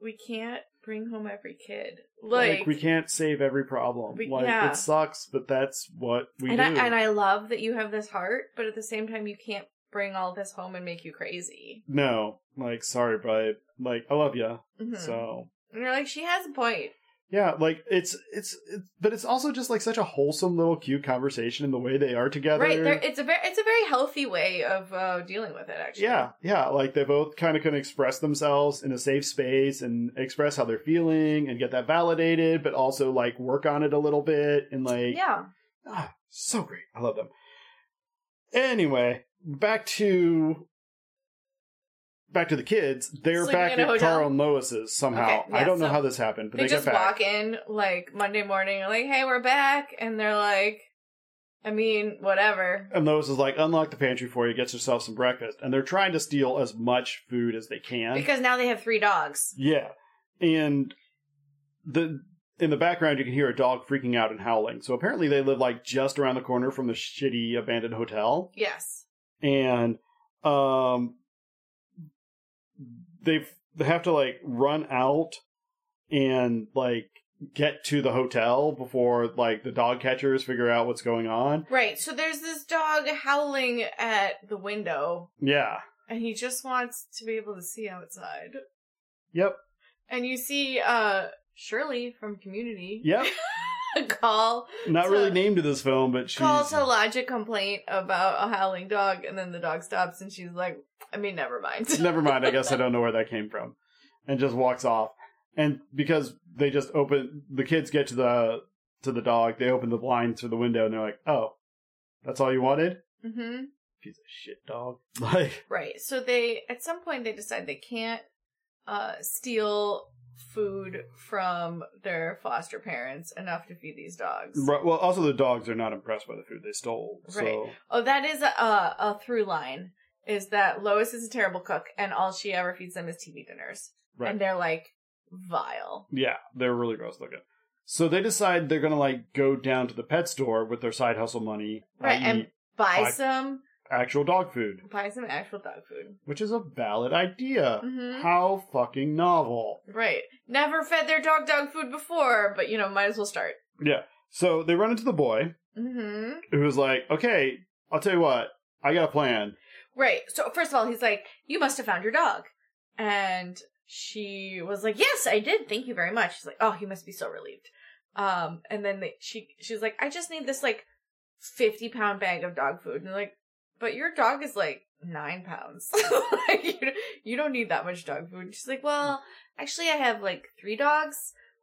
we can't bring home every kid. like, Like, we can't save every problem. We- like, yeah. it sucks, but that's what we and do. I and I love that you have this heart, but at the same time, you can't bring all this home and make you crazy. no, like, sorry, but like, I love you. Mhm. So and you're like, she has a point. yeah, like it's, it's it's but it's also just like such a wholesome little cute conversation in the way they are together. right there, it's a very it's a very healthy way of uh, dealing with it. Actually, yeah, yeah. Like they both kind of can express themselves in a safe space and express how they're feeling and get that validated, but also like work on it a little bit and like yeah. ah, so great. I love them. Anyway, back to back to the kids. They're Sleeping back in a at hotel? Carl and Lois's somehow. Okay, yeah, I don't know so how this happened, but They, they, just get back. walk in like Monday morning, like, "Hey, we're back," and they're like, "I mean, whatever." And Lois is like, unlock the pantry for you, get yourself some breakfast. And they're trying to steal as much food as they can. Because now they have three dogs. yeah. And the in the background you can hear a dog freaking out and howling. So apparently they live like just around the corner from the shitty abandoned hotel. Yes. And um they've they have to like run out and like get to the hotel before like the dog catchers figure out what's going on. Right. So there's this dog howling at the window, Yeah. and he just wants to be able to see outside. Yep. And you see uh Shirley from Community Yep. call Not So- really named to this film, but she's call to lodge a complaint about a howling dog, and then the dog stops, and she's like, "I mean, never mind." never mind. I guess I don't know where that came from, and just walks off. And because they just open, the kids get to the to the dog. They open the blinds to the window, and they're like, "Oh, that's all you wanted, hmm piece of shit dog." Like, Right. So they at some point they decide they can't uh, steal food from their foster parents enough to feed these dogs. right, well, also the dogs are not impressed by the food they stole. So Right. Oh, that is a, a a through line. Is that Lois is a terrible cook, and all she ever feeds them is TV dinners, right, and they're like vile. yeah, they're really gross looking. So they decide they're gonna like go down to the pet store with their side hustle money, Right, i.e. and buy I- some actual dog food, buy some actual dog food. which is a valid idea. hmm How fucking novel. Right. Never fed their dog dog food before, but you know, might as well start. So they run into the boy hmm who's like, okay, I'll tell you what, I got a plan. Right. So first of all, he's like, "You must have found your dog," and she was like, "Yes, I did. Thank you very much." She's like, "Oh, he must be so relieved." Um, and then they, she she's like, "I just need this like 50 pound bag of dog food. And they're like, but your dog is like nine pounds. like, you, you don't need that much dog food. And she's like, well, actually, I have like three dogs.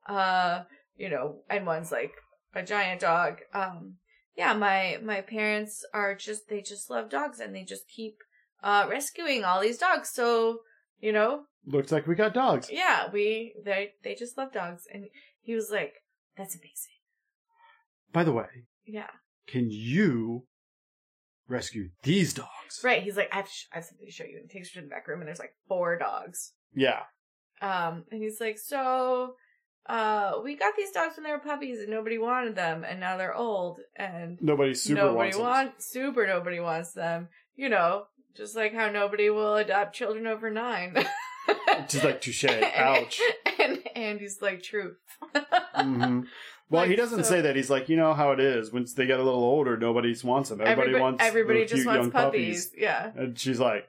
Uh, you know, and one's like a giant dog. Um, yeah, my, my parents are just, they just love dogs and they just keep, uh, rescuing all these dogs. So, you know, Looks like we got dogs. yeah, we, they, they just love dogs. And he was like, that's amazing. By the way, Yeah. can you rescue these dogs? Right. He's like, I have, sh- I have something to show you. And he takes her to the back room, and there's like four dogs. Yeah. Um, and he's like, so, uh, we got these dogs when they were puppies, and nobody wanted them, and now they're old, and Nobody super nobody wants them. wants, super nobody wants them. You know, just like how nobody will adopt children over nine. Just like touche. And- Ouch. And Andy's like, truth. hmm Well, he Like, doesn't so- say that. He's like, you know how it is. Once they get a little older, nobody wants them. Everybody, Everybody, wants everybody little just cute wants young puppies. Yeah. And she's like,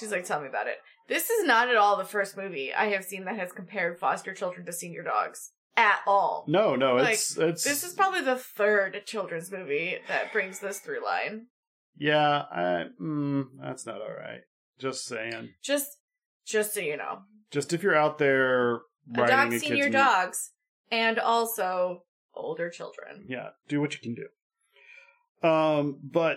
She's like, tell me about it. This is not at all the first movie I have seen that has compared foster children to senior dogs at all. no, no, Like, it's it's This is probably the third children's movie that brings this through line. yeah. I, mm, that's not all right. Just saying. Just, just so you know, Just if you're out there writing adopt a senior kid's dogs and also older children. yeah do what you can do um but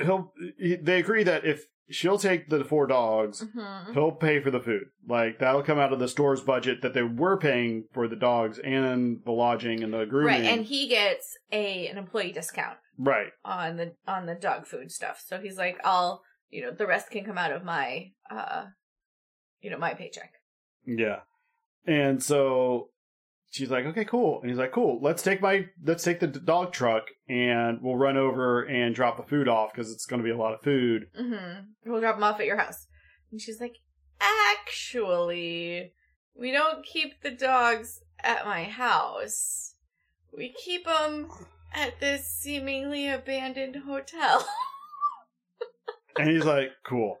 he'll he, they agree that if she'll take the four dogs hmm he'll pay for the food like that'll come out of the store's budget that they were paying for the dogs and the lodging and the grooming Right, and he gets a an employee discount right on the on the dog food stuff. So he's like, I'll, you know, the rest can come out of my, uh, you know, my paycheck. yeah and so she's like okay cool and he's like cool let's take my let's take the d- dog truck and we'll run over and drop the food off because it's going to be a lot of food Mm-hmm. We'll drop them off at your house. And she's like, actually, we don't keep the dogs at my house. We keep them at this seemingly abandoned hotel. and he's like cool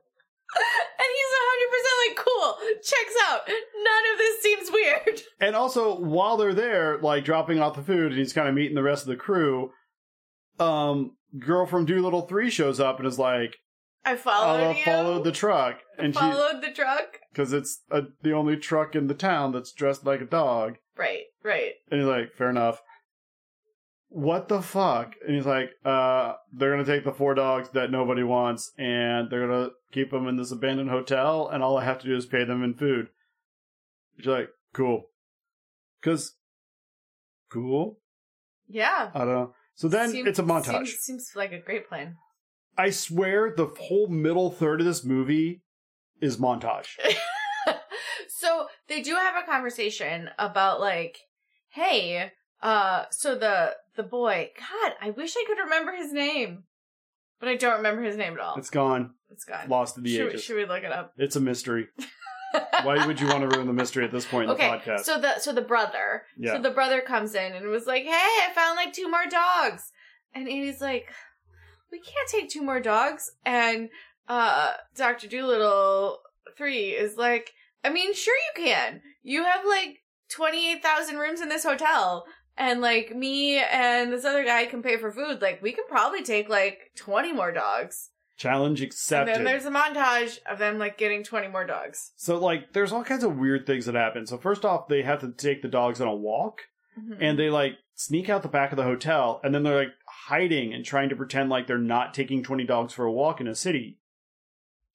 and he's 100% like, cool, checks out. None of this seems weird. And also, while they're there, like dropping off the food, and he's kind of meeting the rest of the crew. Um, girl from Doolittle Three shows up and is like, I "I followed you. followed the truck," and she followed the truck. because it's uh the only truck in the town that's dressed like a dog. Right, right. And he's like, "Fair enough." What the fuck? And he's like, "Uh, they're gonna take the four dogs that nobody wants, and they're gonna keep them in this abandoned hotel, and all I have to do is pay them in food." She's like, "Cool," because cool. Yeah. I don't know. So then Seem- it's a montage. Seems, seems like a great plan. I swear the whole middle third of this movie is montage. so they do have a conversation about like, hey, uh, so the the boy, God, I wish I could remember his name, but I don't remember his name at all. It's gone, it's gone. lost in the Should, we- ages. should we look it up? It's a mystery. Why would you want to ruin the mystery at this point in okay, the podcast? so the so the brother, Yeah. so the brother comes in and was like, hey, I found like two more dogs, and Andy's like, we can't take two more dogs, and uh, Doctor Doolittle three is like, I mean, sure you can. You have like twenty eight thousand rooms in this hotel, and like me and this other guy can pay for food. Like we can probably take like twenty more dogs. Challenge accepted. And then there's a montage of them like getting twenty more dogs. so like there's all kinds of weird things that happen. So first off, they have to take the dogs on a walk Mhm. and they like sneak out the back of the hotel and then they're like hiding and trying to pretend like they're not taking 20 dogs for a walk in a city.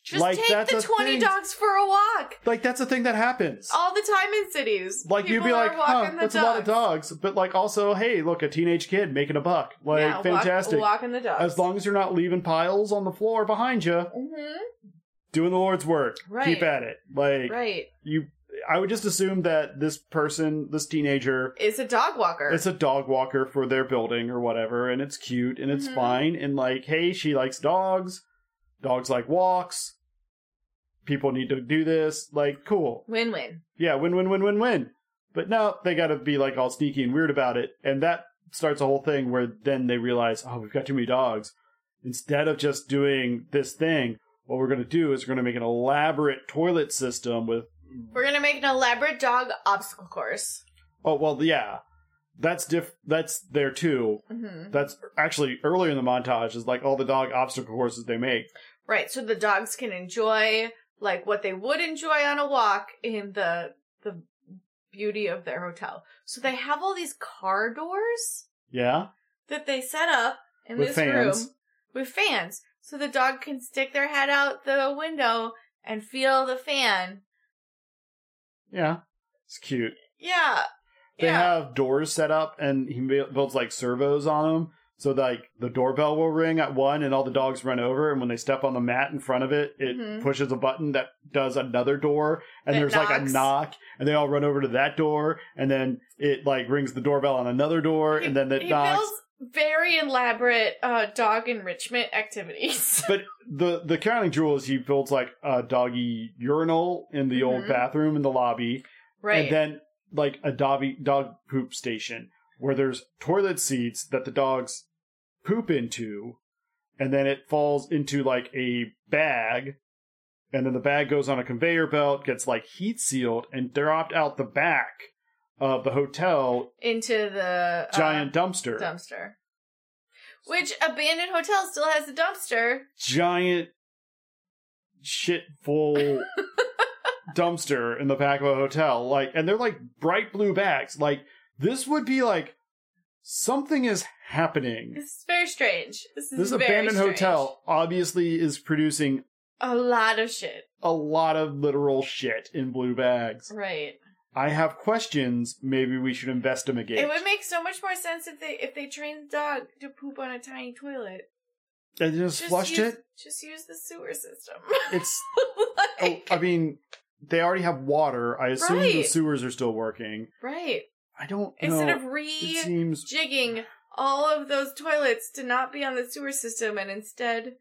Just Like, take that's the a 20 thing. dogs for a walk Like that's a thing that happens. all the time in cities. Like People you'd be are like, huh, walking the that's a lot of dogs, but like also, hey, look, a teenage kid making a buck, like Yeah, walk- fantastic. walking the dogs. as long as you're not leaving piles on the floor behind you, hmm doing the Lord's work, Right. keep at it. Like Right. you, I would just assume that this person, this teenager, It's a dog walker. it's a dog walker for their building or whatever, and it's cute and it's Mhm. fine, and like, hey, she likes dogs, dogs like walks. People need to do this, like, cool. win win. yeah, win, win, win, win, win. But no, they got to be like all sneaky and weird about it, and that starts a whole thing where then they realize, oh, we've got too many dogs. Instead of just doing this thing, what we're going to do is we're going to make an elaborate toilet system with, We're going to make an elaborate dog obstacle course. oh well, yeah, That's diff. That's there too. Mm-hmm. That's actually earlier in the montage is like all the dog obstacle courses they make. Right, so the dogs can enjoy like what they would enjoy on a walk in the the beauty of their hotel. So they have all these car doors Yeah, that they set up in With this fans. room with fans, so the dog can stick their head out the window and feel the fan. yeah, it's cute. Yeah, They yeah, have doors set up, and he bu- builds like servos on them. So like the doorbell will ring at one, and all the dogs run over. And when they step on the mat in front of it, it Mhm. pushes a button that does another door, and That there's like a knocks. knock, and they all run over to that door, and then it like rings the doorbell on another door, and then it he knocks. builds very elaborate uh, dog enrichment activities. But the the Counting Jewels, he builds like a doggy urinal in the old Mhm. bathroom in the lobby, right. and then like a doggy dog poop station where there's toilet seats that the dogs poop into, and then it falls into like a bag, and then the bag goes on a conveyor belt, gets like heat sealed, and dropped out the back of the hotel into the uh, giant dumpster. dumpster. Which abandoned hotel still has a dumpster. giant shit full dumpster in the back of a hotel like and they're like bright blue bags like this would be like something is happening This is very strange. This is this very abandoned strange. hotel obviously is producing A lot of shit. a lot of literal shit in blue bags Right. i have questions maybe we should investigate It would make so much more sense if they if they trained the dog to poop on a tiny toilet. and just, flushed use, it Just use the sewer system. it's oh, Like- i mean they already have water i assume the Right. sewers are still working right. i don't Instead know of it re seems jigging all of those toilets to not be on the sewer system and instead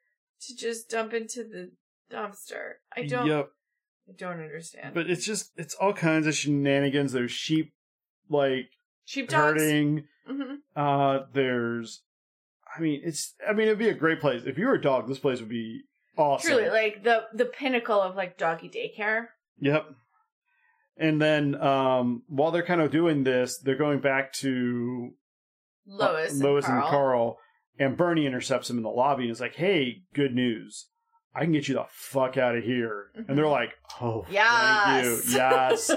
to just dump into the dumpster. I don't Yep. I don't understand. But it's just it's all kinds of shenanigans. There's sheep like Cheap dogs. herding. hmm Uh there's I mean it's I mean it'd be a great place. If you were a dog, this place would be awesome. Truly, like the the pinnacle of like doggy daycare. Yep. And then um while they're kind of doing this, they're going back to uh, Lois, and, Lois Carl. and Carl and Bernie intercepts him in the lobby and is like, "Hey, good news. I can get you the fuck out of here." And they're like, "Oh, thank Mm-hmm. Yes. you. Yes."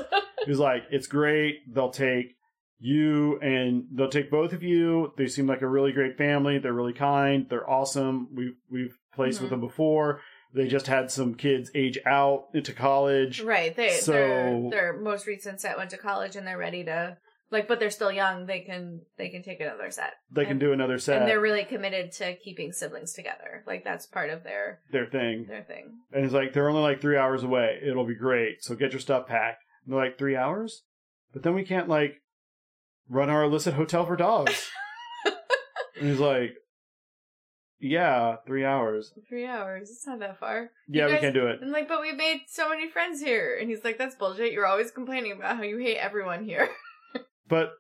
He's like, it's great. They'll take you and they'll take both of you. They seem like a really great family. They're really kind. They're awesome. We've we've placed with Mhm. them before. They just had some kids age out into college. right. They So- their their most recent set went to college and they're ready to like, but they're still young. They can they can take another set, They can And- do another set. and they're really committed to keeping siblings together. Like that's part of their their thing. their thing. And it's like they're only like three hours away. It'll be great. So get your stuff packed. And they're like three hours, but then we can't like run our illicit hotel for dogs. and he's like, yeah, three hours. Three hours. It's not that far. Yeah, we guys- can do it. And like, but we made so many friends here. And he's like, that's bullshit. You're always complaining about how you hate everyone here. but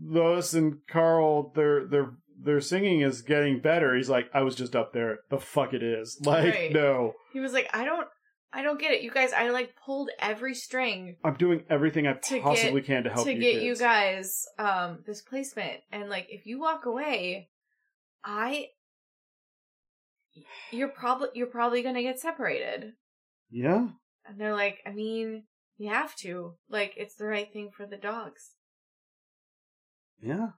Lois and Carl, their their their singing is getting better. He's like, I was just up there. The fuck it is. Like, Right. no, He was like, I don't, I don't get it. You guys, I like pulled every string I'm doing everything I To possibly can to help to you get kids. you guys um this placement and like if you walk away i you're probably you're probably gonna get separated Yeah, and they're like i mean you have to like it's the right thing for the dogs yeah.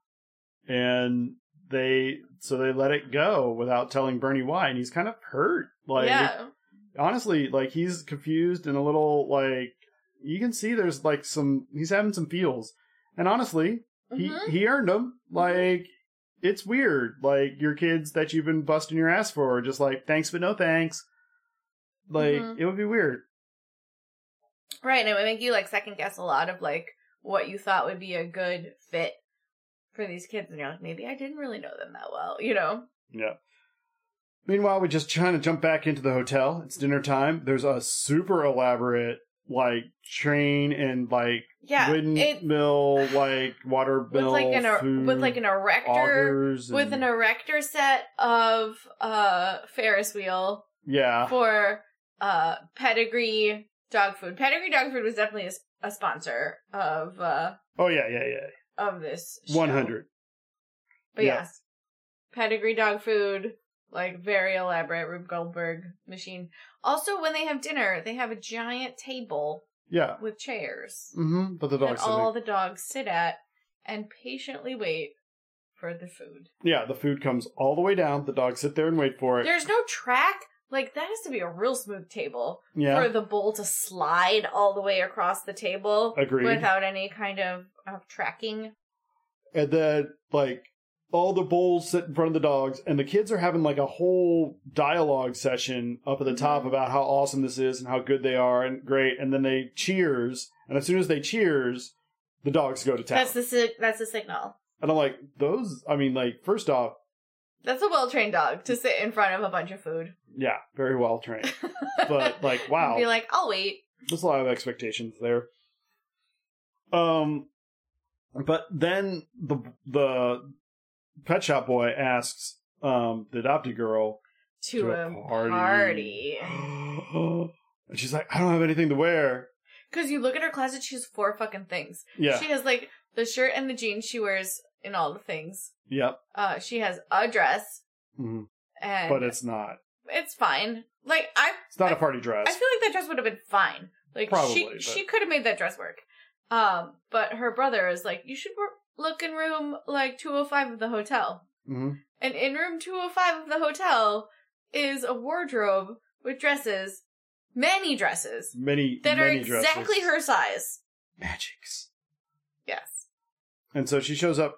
And they so they let it go without telling Bernie why, and he's kind of hurt. Like, yeah honestly, like he's confused and a little like you can see there's like some he's having some feels. And honestly, he Mhm. he earned them. Like it's weird. Like your kids that you've been busting your ass for are just like thanks but no thanks. Like Mhm. it would be weird. right and it would make you like second guess a lot of like what you thought would be a good fit for these kids and you're like maybe i didn't really know them that well you know Yeah. Meanwhile, we just trying to jump back into the hotel. It's dinner time. There's a super elaborate like train and like yeah it, windmill, like water with bill, like an er- food, with like an erector augers with an and- erector set of uh Ferris wheel yeah for uh pedigree dog food. Pedigree dog food was definitely a, s- a sponsor of uh oh yeah yeah yeah of this show. 100. But Yeah. yes. Pedigree dog food, like very elaborate Rube Goldberg machine. Also, when they have dinner, they have a giant table Yeah. with chairs Mm-hmm. But the that dogs. all the dogs sit at and patiently wait for the food. yeah, the food comes all the way down. The dogs sit there and wait for it. There's no track. Like, that has to be a real smooth table yeah. for the bowl to slide all the way across the table Agreed. without any kind of, of tracking. and then like all the bowls sit in front of the dogs and the kids are having like a whole dialogue session up at the top Mhm. about how awesome this is and how good they are and great and then they cheers and as soon as they cheers the dogs go to town That's the si- that's the signal. and i'm like those i mean like first off That's a well trained dog to sit in front of a bunch of food. yeah very well trained but like wow be like, I'll wait. there's a lot of expectations there. Um, but then the the pet shop boy asks um the adopted girl, To, To a a party. party. and she's like, "I don't have anything to wear." Because you look at her closet, she has four fucking things. Yeah, She has like the shirt and the jeans she wears in all the things. yep, Uh, she has a dress, Mhm. and but it's not. it's fine. Like I, It's not a I- party dress. I feel like that dress would have been fine. Like Probably, she, but- she could have made that dress work. Um, but her brother is like, you should wor- look in room like two hundred five of the hotel. hmm And in room 205 of the hotel is a wardrobe with dresses, many dresses, Many that many are exactly dresses. her size. magics. Yes. And so she shows up,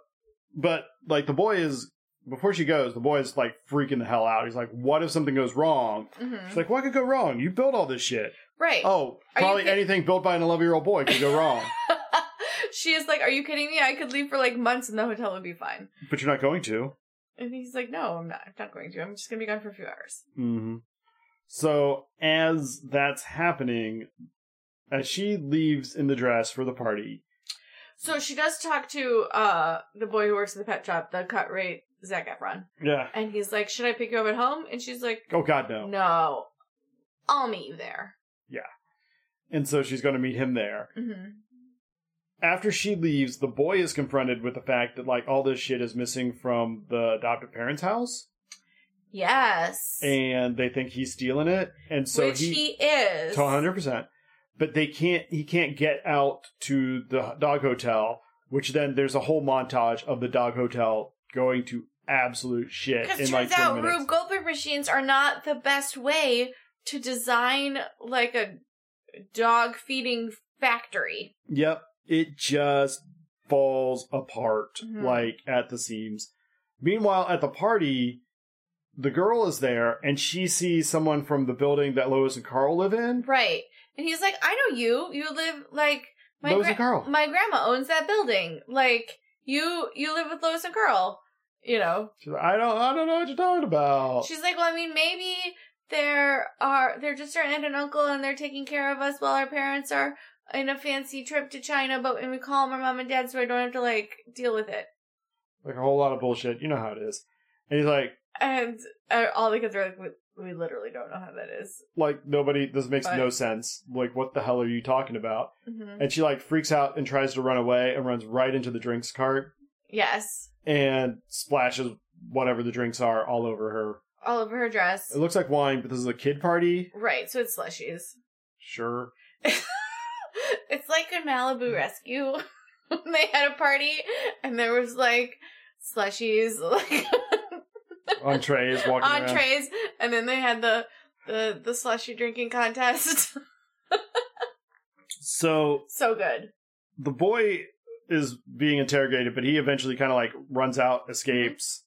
but like the boy is before she goes, the boy is like freaking the hell out. He's like, "What if something goes wrong?" hmm She's like, what could go wrong? You built all this shit. Right. Oh, Are you probably kid- anything built by an 11 year old boy could go wrong. she is like, Are you kidding me? I could leave for like months and the hotel would be fine. but you're not going to. And he's like, No, I'm not. I'm not going to. I'm just going to be gone for a few hours. Mm-hmm. So, as that's happening, as she leaves in the dress for the party, So she does talk to uh the boy who works at the pet shop, the cut rate, Zach Efron. yeah. And he's like, Should I pick you up at home? And she's like, Oh, God, no. No, I'll meet you there. And so she's going to meet him there. hmm After she leaves, the boy is confronted with the fact that, like, all this shit is missing from the adoptive parents' house, Yes. and they think he's stealing it. And so which he, is. to 100 percent but they can't he can't get out to the dog hotel which then there's a whole montage of the dog hotel going to absolute shit Because in turns like 20 out minutes Rube Goldberg machines are not the best way to design like a dog feeding factory. yep it just falls apart Mhm. like at the seams meanwhile at the party the girl is there and she sees someone from the building that lois and carl live in Right. And he's like, I know you. You live like my lois gra- and carl my grandma owns that building. Like you you live with Lois and Carl, you know. She's like, i don't i don't know what you're talking about She's like, Well, I mean maybe there are they're just our aunt and uncle and they're taking care of us while our parents are in a fancy trip to China, but and we call them our mom and dad so I don't have to like deal with it. like a whole lot of bullshit you know how it is and he's like And uh, all the kids are like, we, we literally don't know how that is. like nobody this makes But- no sense like what the hell are you talking about Mhm. and she like freaks out and tries to run away and runs right into the drinks cart Yes. and splashes whatever the drinks are all over her All over her dress. it looks like wine but this is a kid party Right, so it's slushies. sure it's like in Malibu Rescue. when they had a party and there was like slushies, like entrees walking around entrees, and then they had the the, the slushy drinking contest. so so good. the boy is being interrogated but he eventually kind of like runs out escapes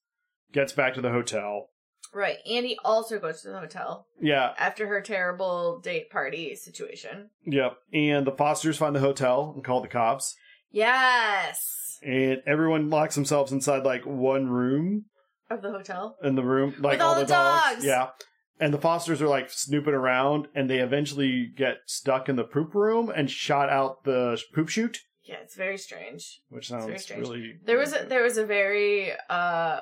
Mm-hmm. gets back to the hotel Right. Andy also goes to the hotel yeah after her terrible date party situation. yep and the fosters find the hotel and call the cops Yes. and everyone locks themselves inside like one room Of the hotel. in the room, like all the dogs. dogs. Yeah. And the fosters are like snooping around and they eventually get stuck in the poop room and shot out the sh- poop chute, Yeah, it's very strange. which very sounds strange. really There was a, there was a very uh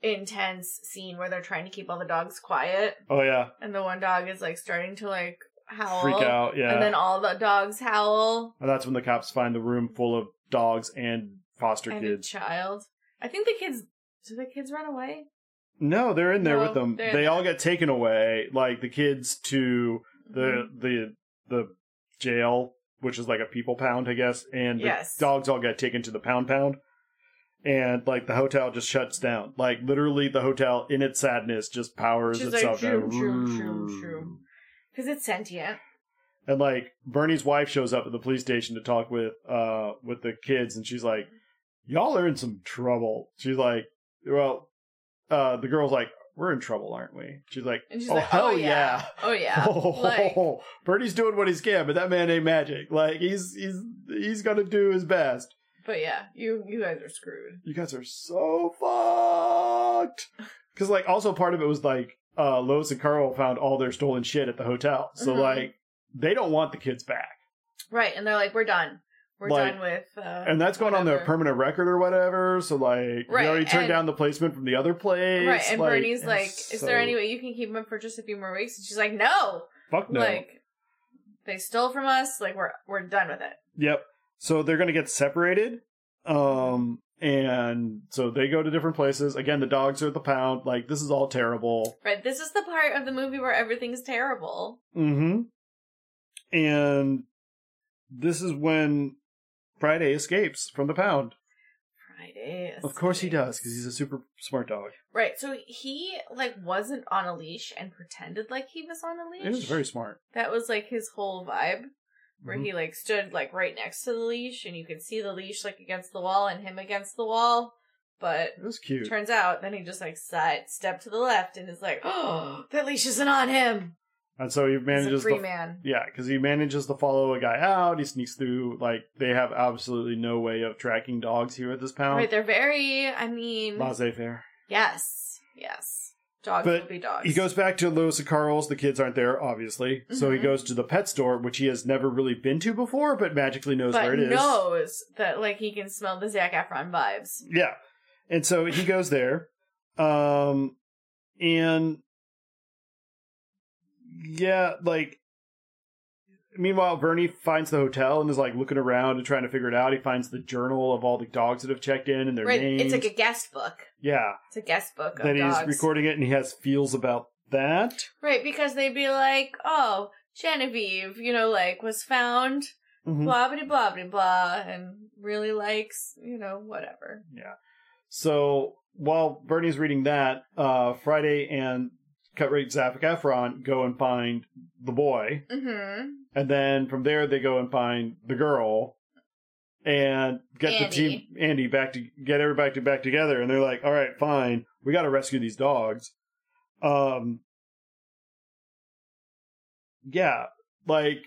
intense scene where they're trying to keep all the dogs quiet, Oh yeah. and the one dog is like starting to like howl, Freak out, yeah. and And, then all the dogs howl. that's when the cops find the room full of dogs and foster and kids. a child. I think the kids. Do the kids run away? No, they're in there No, with them. they're They there. all get taken away, like the kids to the Mm-hmm. the the jail, which is like a people pound, I guess, and the Yes. dogs all get taken to the pound pound. And like the hotel just shuts down. Like literally the hotel in its sadness just powers Just itself like, down. shroom, shroom, shroom, shroom. Because it's sentient. And like Bernie's wife shows up at the police station to talk with uh with the kids and she's like, Y'all are in some trouble. She's like, Well, uh the girl's like, We're in trouble, aren't we? She's like, And she's Oh like, hell oh yeah. yeah. Oh yeah. Oh, Like, Bernie's doing what he can, but that man ain't magic. Like he's he's he's gonna do his best. but yeah, you you guys are screwed. You guys are so fucked. Because like also part of it was like uh, Lois and Carl found all their stolen shit at the hotel, so Mhm. like they don't want the kids back, Right, and they're like, we're done. We're Like- done with. Uh, and that's going on their whatever. permanent record or whatever. So like Right, they already turned and- down the placement from the other place. Right, and like, Bernie's it's like, "Is there so- any way you can keep him for just a few more weeks?" And she's like, "No, Fuck no. like they stole from us. Like we're we're done with it." Yep. So they're going to get separated. Um, and so they go to different places. Again, the dogs are at the pound. Like, this is all terrible. Right. This is the part of the movie where everything's terrible. Mm hmm. And this is when Friday escapes from the pound. Friday. Of course he escapes. does, because he's a super smart dog. Right. So he like wasn't on a leash and pretended like he was on a leash. He was very smart. That was like his whole vibe, where Mhm. he like stood like right next to the leash, and you could see the leash like against the wall and him against the wall. But It was cute. Turns out, then he just like side step to the left and is like, "Oh, that leash isn't on him." And so he He's a manages free to. man. Yeah, because he manages to follow a guy out. He sneaks through. Like, they have absolutely no way of tracking dogs here at this Right? pound. They're very. I mean, Laissez faire. yes, yes. Dogs But will be dogs. He goes back to Lewis and Carl's. The kids aren't there, obviously. So he Mhm. goes to the pet store, which he has never really been to before, but magically knows where but it is. knows that like he can smell the Zac Efron vibes. Yeah. And so he goes there. Um and yeah, like meanwhile Bernie finds the hotel and is like looking around and trying to figure it out. He finds the journal of all the dogs that have checked in and their Right? names. It's like a guest book. yeah. It's a guest book of Then he's dogs. recording it and he has feels about that. right? Because they'd be like, "Oh, Genevieve, you know, like was found." Mhm. Blah blah blah blah blah, and really likes you know whatever. So while Bernie's reading that, uh, Friday and cut rate Zafik Efron go and find the boy. Mm-hmm. And then from there, they go and find the girl and get the team, Andy. Andy, back to get everybody back, to, back together. And they're like, all right, fine. We got to rescue these dogs. Um, yeah, like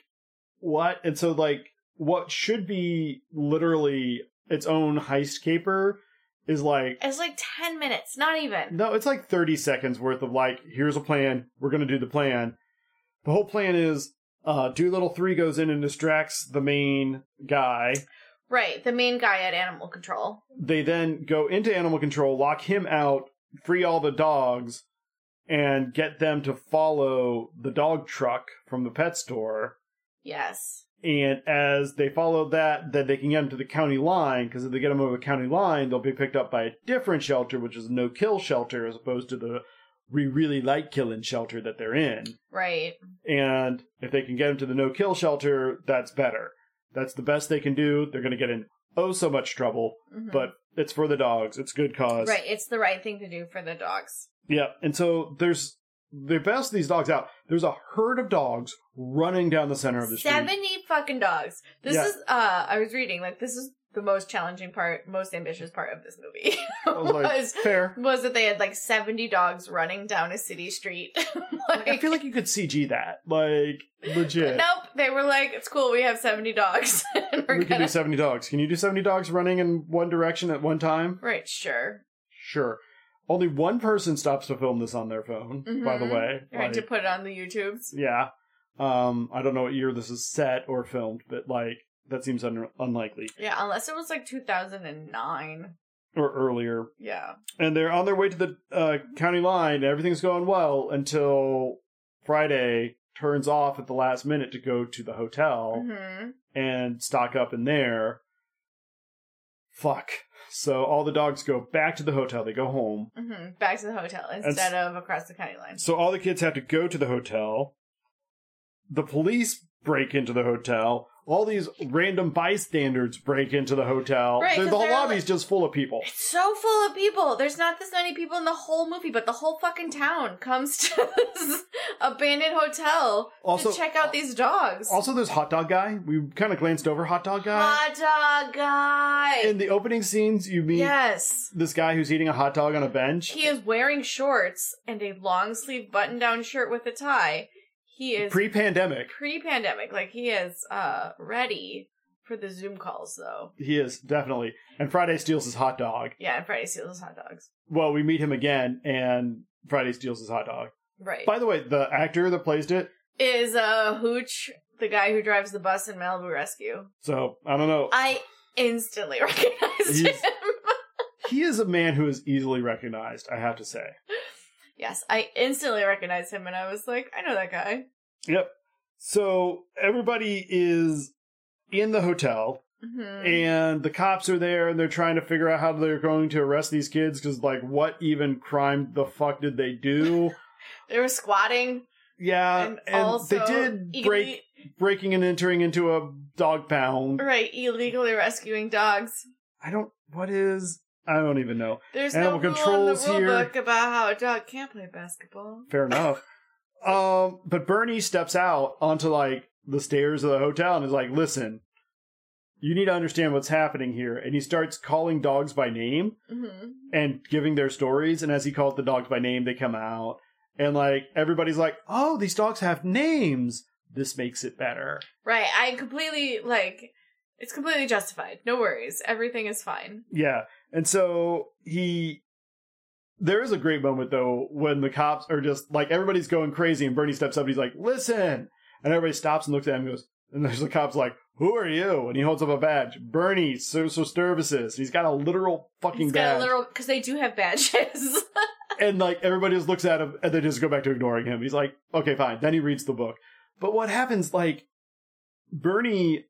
what? And so, like, what should be literally its own heist caper is like It's like 10 minutes, not even. no, it's like 30 seconds worth of like, here's a plan. We're going to do the plan. The whole plan is uh, Doolittle 3 goes in and distracts the main guy. Right, the main guy at animal control. They then go into animal control, lock him out, free all the dogs, and get them to follow the dog truck from the pet store. Yes. And as they follow that, then they can get them to the county line. Because if they get them over the county line, they'll be picked up by a different shelter, which is a no-kill shelter, as opposed to the we really like killing shelter that they're in. Right. And if they can get them to the no-kill shelter, that's better. That's the best they can do. They're going to get in oh so much trouble, Mhm. but uh, it's for the dogs. It's good cause. Right, it's the right thing to do for the dogs. Yeah, and so there's they best these dogs out. There's a herd of dogs running down the center of the street. 70 fucking dogs. This Yeah. is, uh, I was reading, like, this is the most challenging part, most ambitious part of this movie. I was like, was, fair. was that they had like 70 dogs running down a city street. Like, I feel like you could CG that, like legit. Nope, they were like, it's cool, we have 70 dogs. and we're we can gonna. do seventy dogs. Can you do seventy dogs running in one direction at one time? Right, sure. Sure. Only one person stops to film this on their phone. By the Mhm. way, Right, to Like, put it on the YouTubes. yeah. Um, I don't know what year this is set or filmed, but like that seems un- unlikely Yeah, unless it was like 2009. or earlier. Yeah. And they're on their way to the uh, county line. And everything's going well until Friday turns off at the last minute Oh. Mm-hmm. to go to the hotel. hmm and stock up in there. Fuck. So all the dogs go back to the hotel. They go home. hmm Back to the hotel instead of across the county line. So all the kids have to go to the hotel. The police break into the hotel. All these random bystanders break into the hotel. Right, The- the 'cause whole they're lobby's just full of people. It's so full of people. There's not this many people in the whole movie, but the whole fucking town comes to this abandoned hotel Also- uh, to check out these dogs. Also, there's hot dog guy. We kind of glanced over hot dog guy. Hot dog guy. In the opening scenes, you meet yes. this guy who's eating a hot dog on a bench. He is wearing shorts and a long sleeve button down shirt with a tie. He is Pre-pandemic, pre pandemic. Like he is uh ready for the Zoom calls though. he is definitely. And Friday steals his hot dog. Yeah, and Friday steals hot dogs. Well, we meet him again, and Friday steals his hot dog. Right. By the way, the actor that plays it. is uh Hooch the guy who drives the bus in Malibu Rescue. So I don't know. I instantly recognized He's- him. he is a man who is easily recognized. I have to say. Yes, I instantly recognized him and I was like, I know that guy. Yep. So everybody is in the hotel. hmm and the cops are there and they're trying to figure out how they're going to arrest these kids because like what even crime the fuck did they do They were squatting yeah and, uh, and, also they did break illi- breaking and entering into a dog pound right, illegally rescuing dogs. i don't what is i don't even know There's Animal no rule in controls the rule here. book about how a dog can't play basketball. fair enough um but bernie steps out onto like the stairs of the hotel and is like listen you need to understand what's happening here and he starts calling dogs by name hmm and giving their stories. And as he calls the dogs by name, they come out. And like everybody's like, oh, these dogs have names. This makes it better. Right, I completely like it's completely justified. No worries. Everything is fine. Yeah. And so he. There is a great moment though when the cops are just like everybody's going crazy and Bernie steps up and he's like, listen. And everybody stops and looks at him and goes, and there's the cops like, who are you? And he holds up a badge, Bernie Social Services. He's got a literal fucking He's got badge. a little because they do have badges. and like everybody just looks at him and they just go back to ignoring him. He's like, okay, fine. Then he reads the book. But what happens, like, Bernie,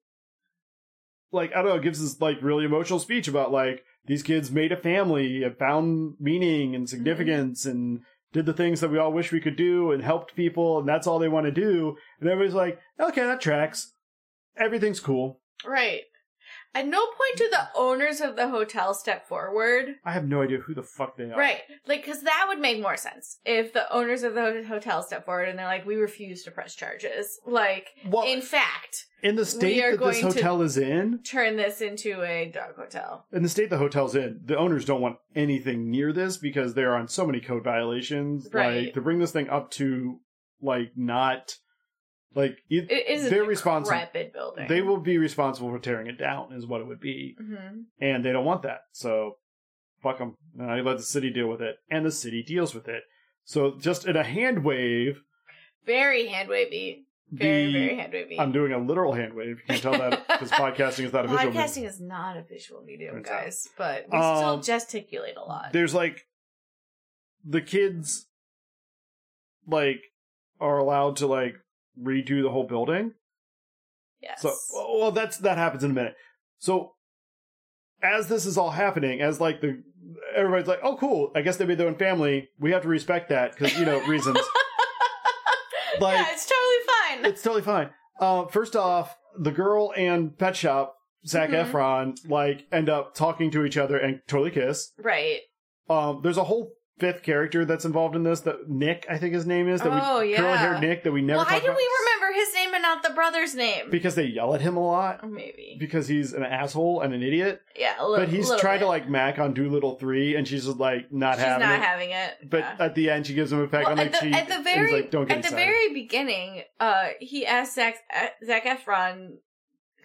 like, I don't know, gives this like really emotional speech about like these kids made a family and found meaning and Mm-hmm. significance and did the things that we all wish we could do and helped people and that's all they want to do. And everybody's like, okay, that tracks. Everything's cool. right. At no point do the owners of the hotel step forward. I have no idea who the fuck they are. Right. Like, because that would make more sense if the owners of the ho- hotel step forward and they're like, we refuse to press charges. Like, Well, in in, fact, the state are that this going to- hotel is in, turn this into a dog hotel. in the state the hotel's in, the owners don't want anything near this because they're on so many code violations. Right. Like to bring this thing up to like not like it, It is They're a responsible. decrepit building. they will be responsible for tearing it down is what it would be, hmm and they don't want that. So fuck them. I let the city deal with it, and the city deals with it. So just in a hand wave, Very hand wavy. Very, the very hand wavy. I'm doing a literal hand wave. You can tell that because podcasting is not a visual. medium. Podcasting is not a visual medium, Turns out. guys, but we still Um, gesticulate a lot. there's like the kids like are allowed to like redo the whole building Yes. so well that's that happens in a minute so as this is all happening as like the everybody's like oh cool i guess they made their own family we have to respect that because you know reasons like- yeah, it's totally fine. it's totally fine uh first off the girl and pet shop zach Mhm. efron like end up talking to each other and totally kiss right. Um, there's a whole fifth character that's involved in this. That Nick, I think his name is. That Oh, we, yeah. Curly hair Nick that we never. Why talked do about. we remember his name and not the brother's name? Because they yell at him a lot. Or Maybe. Because he's an asshole and an idiot. yeah, a little, But he's little trying bit. to like mac on Doolittle three, and she's just like not She's having not it. having it. but yeah. at the end, she gives him a peck Well, on at the the, cheek. at the and very he's like, "Don't get at the excited." very beginning, uh, he asked Zach Zach Efron,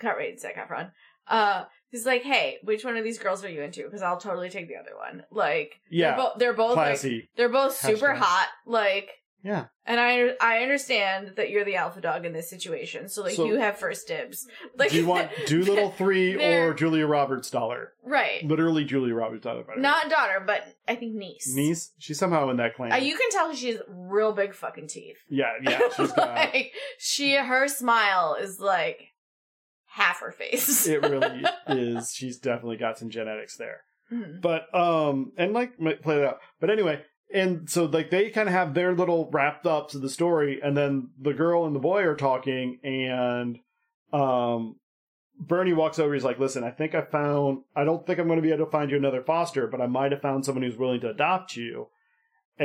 not right, Zach Efron. Uh, he's like, "Hey, which one of these girls are you into? Because I'll totally take the other one." Like, they're, yeah, bo- they're both like, classy. they're both super Hashtag. hot. Like, Yeah. And I I understand that you're the alpha dog in this situation, so like So- you have first dibs. Like, do you want Doolittle three or they're- Julia Roberts dollar? right? Literally, Julia Roberts dollar. by the way. Not daughter, but I think niece. niece. She's somehow in that clan. Uh, you can tell she's real big fucking teeth. yeah, yeah. She's got like she her smile is like half her face. It really is. She's definitely got some genetics there. Mhm. but um and like m- play it out but anyway and so like they kind of have their little wrapped ups of the story and then the girl and the boy are talking and um bernie walks over he's like listen i think i found i don't think i'm going to be able to find you another foster but i might have found someone who's willing to adopt you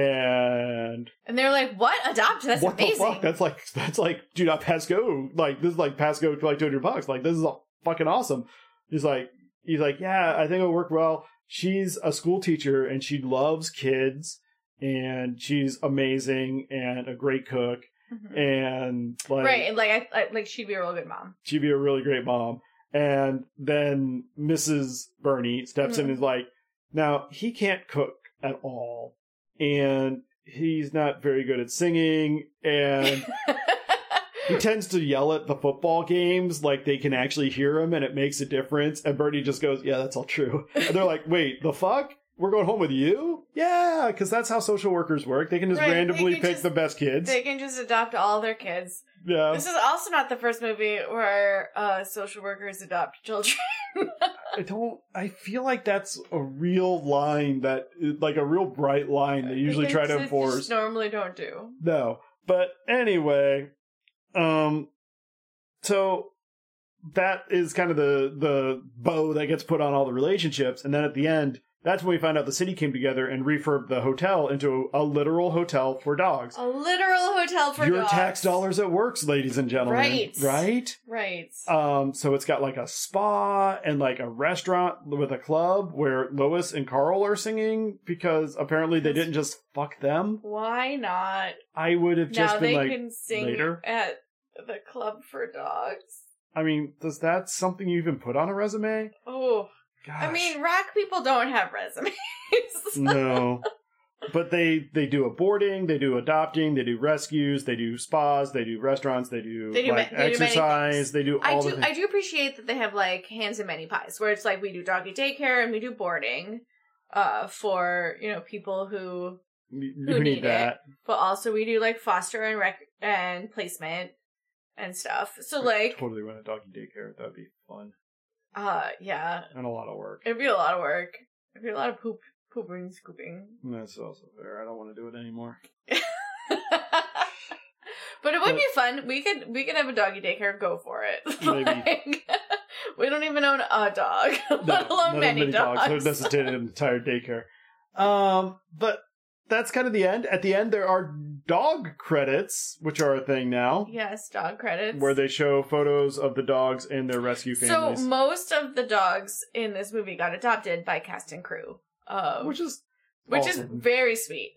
and And they're like, "What? Adopt? That's what amazing." the fuck that's like that's like dude i pasco like this is like pasco for like 200 bucks like this is all fucking awesome he's like he's like yeah i think it'll work well she's a school teacher and she loves kids and she's amazing and a great cook Mhm. and like right? and, Like, I, I, like she'd be a real good mom. she'd be a really great mom and then mrs bernie steps Hmm. in and is like now he can't cook at all and he's not very good at singing and he tends to yell at the football games like they can actually hear him and it makes a difference and bernie just goes yeah that's all true and they're like wait the fuck we're going home with you yeah because that's how social workers work they can just Right, they randomly can pick just- the best kids they can just adopt all their kids. yeah This is also not the first movie where uh, social workers adopt children. i don't i feel like that's a real line that like a real bright line they usually They try just- to they enforce Just normally don't do. No. But anyway, um so that is kind of the the bow that gets put on all the relationships and then at the end that's when we find out the city came together and refurbed the hotel into a literal hotel for dogs. A literal hotel Oh, for Your dogs. tax dollars at works, ladies and gentlemen. Right. Right? right? Um, so it's got like a spa and like a restaurant with a club where Lois and Carl are singing because apparently they didn't just fuck them. Why not? I would have just now been they like, can sing later. at the club for dogs. I mean, does that something you even put on a resume? Oh, Gosh. I mean, rock people don't have resumes. no. But they they do aborting, they do adopting, they do rescues, they do spas, they do restaurants, they do, They do ma- like they do many exercise, things. they do I all the do. things. I do appreciate that they have like hands and many pies, where it's like we do doggy daycare and we do boarding, uh, for you know people who, You- you who need, need it. that. but also we do like foster and rec and placement and stuff. So like, totally run a doggy daycare. That'd be fun uh, yeah, and a lot of work. it'd be a lot of work. It'd be a lot of poop, pooping, scooping. That's also fair. I don't want to do it anymore. but it would be fun. We could we could have a doggy daycare. Go for it. Maybe. Like, we don't even own a dog, let not alone many, dogs. They're necessitated an entire daycare. Um, but that's kind of the end. At the end, there are dog credits, which are a thing now. Yes, dog credits. where they show photos of the dogs and their rescue so families, most of the dogs in this movie got adopted by cast and crew, uh, which, which is is awesome. very sweet,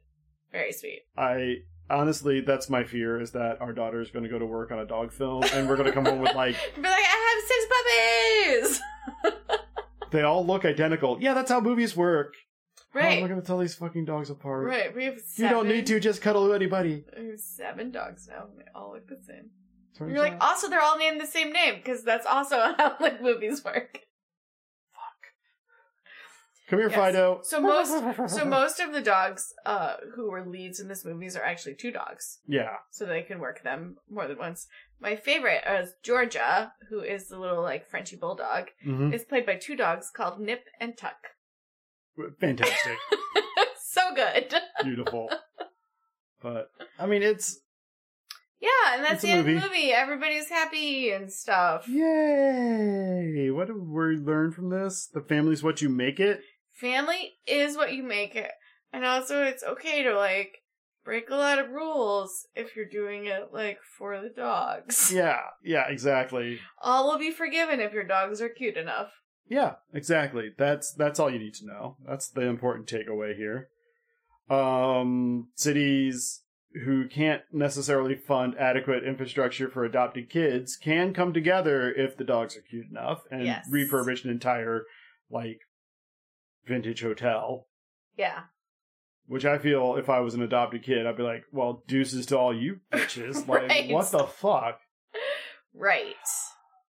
very sweet. I honestly that's my fear is that our daughter is going to go to work on a dog film and we're going to come home with like Be like, I have six puppies, they all look identical. Yeah, that's how movies work. How am I right? going to tell these fucking dogs apart? Right. We have You seven. don't need to just cuddle anybody. we have seven dogs now. and They all look the same. Turns You're like, out- also they're all named the same name because that's also how like movies work. come here, "Oh, yes. Fido. So most- So most of the dogs uh, who were leads in this movies are actually two dogs, yeah, so they can work them more than once. My favorite is Georgia, who is the little like Frenchy bulldog, Mhm. is played by two dogs called Nip and Tuck. fantastic, so good, beautiful. But I mean, it's yeah. And that's It's a the end of the movie. movie. Everybody's happy and stuff. yay! What did we learn from this? The family's what you make it. family is what you make it. And also, it's okay to like break a lot of rules if you're doing it like for the dogs. Yeah, yeah, exactly. All will be forgiven if your dogs are cute enough. Yeah, exactly. That's that's all you need to know. That's the important takeaway here. Um, cities who can't necessarily fund adequate infrastructure for adopted kids can come together if the dogs are cute enough and Yes. refurbish an entire like vintage hotel. Yeah. Which I feel if I was an adopted kid, I'd be like, "Well, deuces to all you bitches! Like, Right. what the fuck? Right.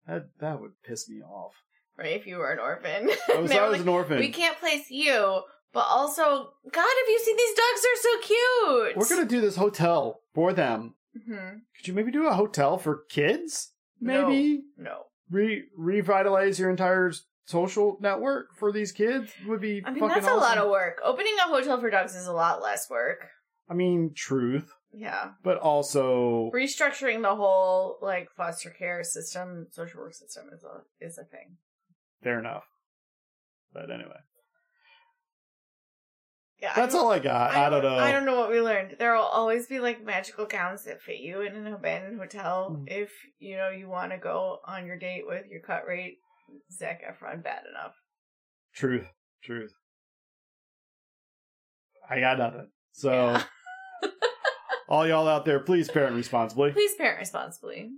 That that would piss me off." Right. If you were an orphan. I was, They I were was like, an orphan. we can't place you, but also, God, have you seen these dogs? They're so cute. We're gonna do this hotel for them. Mhm. Could you maybe do a hotel for kids? Maybe No. re revitalize your entire s- social network for these kids would be I mean, fucking that's a lot awesome. of work. Opening a hotel for dogs is a lot less work. I mean, truth, Yeah. but also Restructuring the whole like foster care system, social work system is a is a thing. fair enough. But anyway, Yeah. that's all I got. I, don't know. I don't know what we learned. There will always be like magical gowns that fit you in an abandoned hotel Mm. if you know you want to go on your date with your cut rate Zac Efron bad enough. Truth, truth. I got nothing. So, Yeah. all y'all out there, please parent responsibly. Please parent responsibly.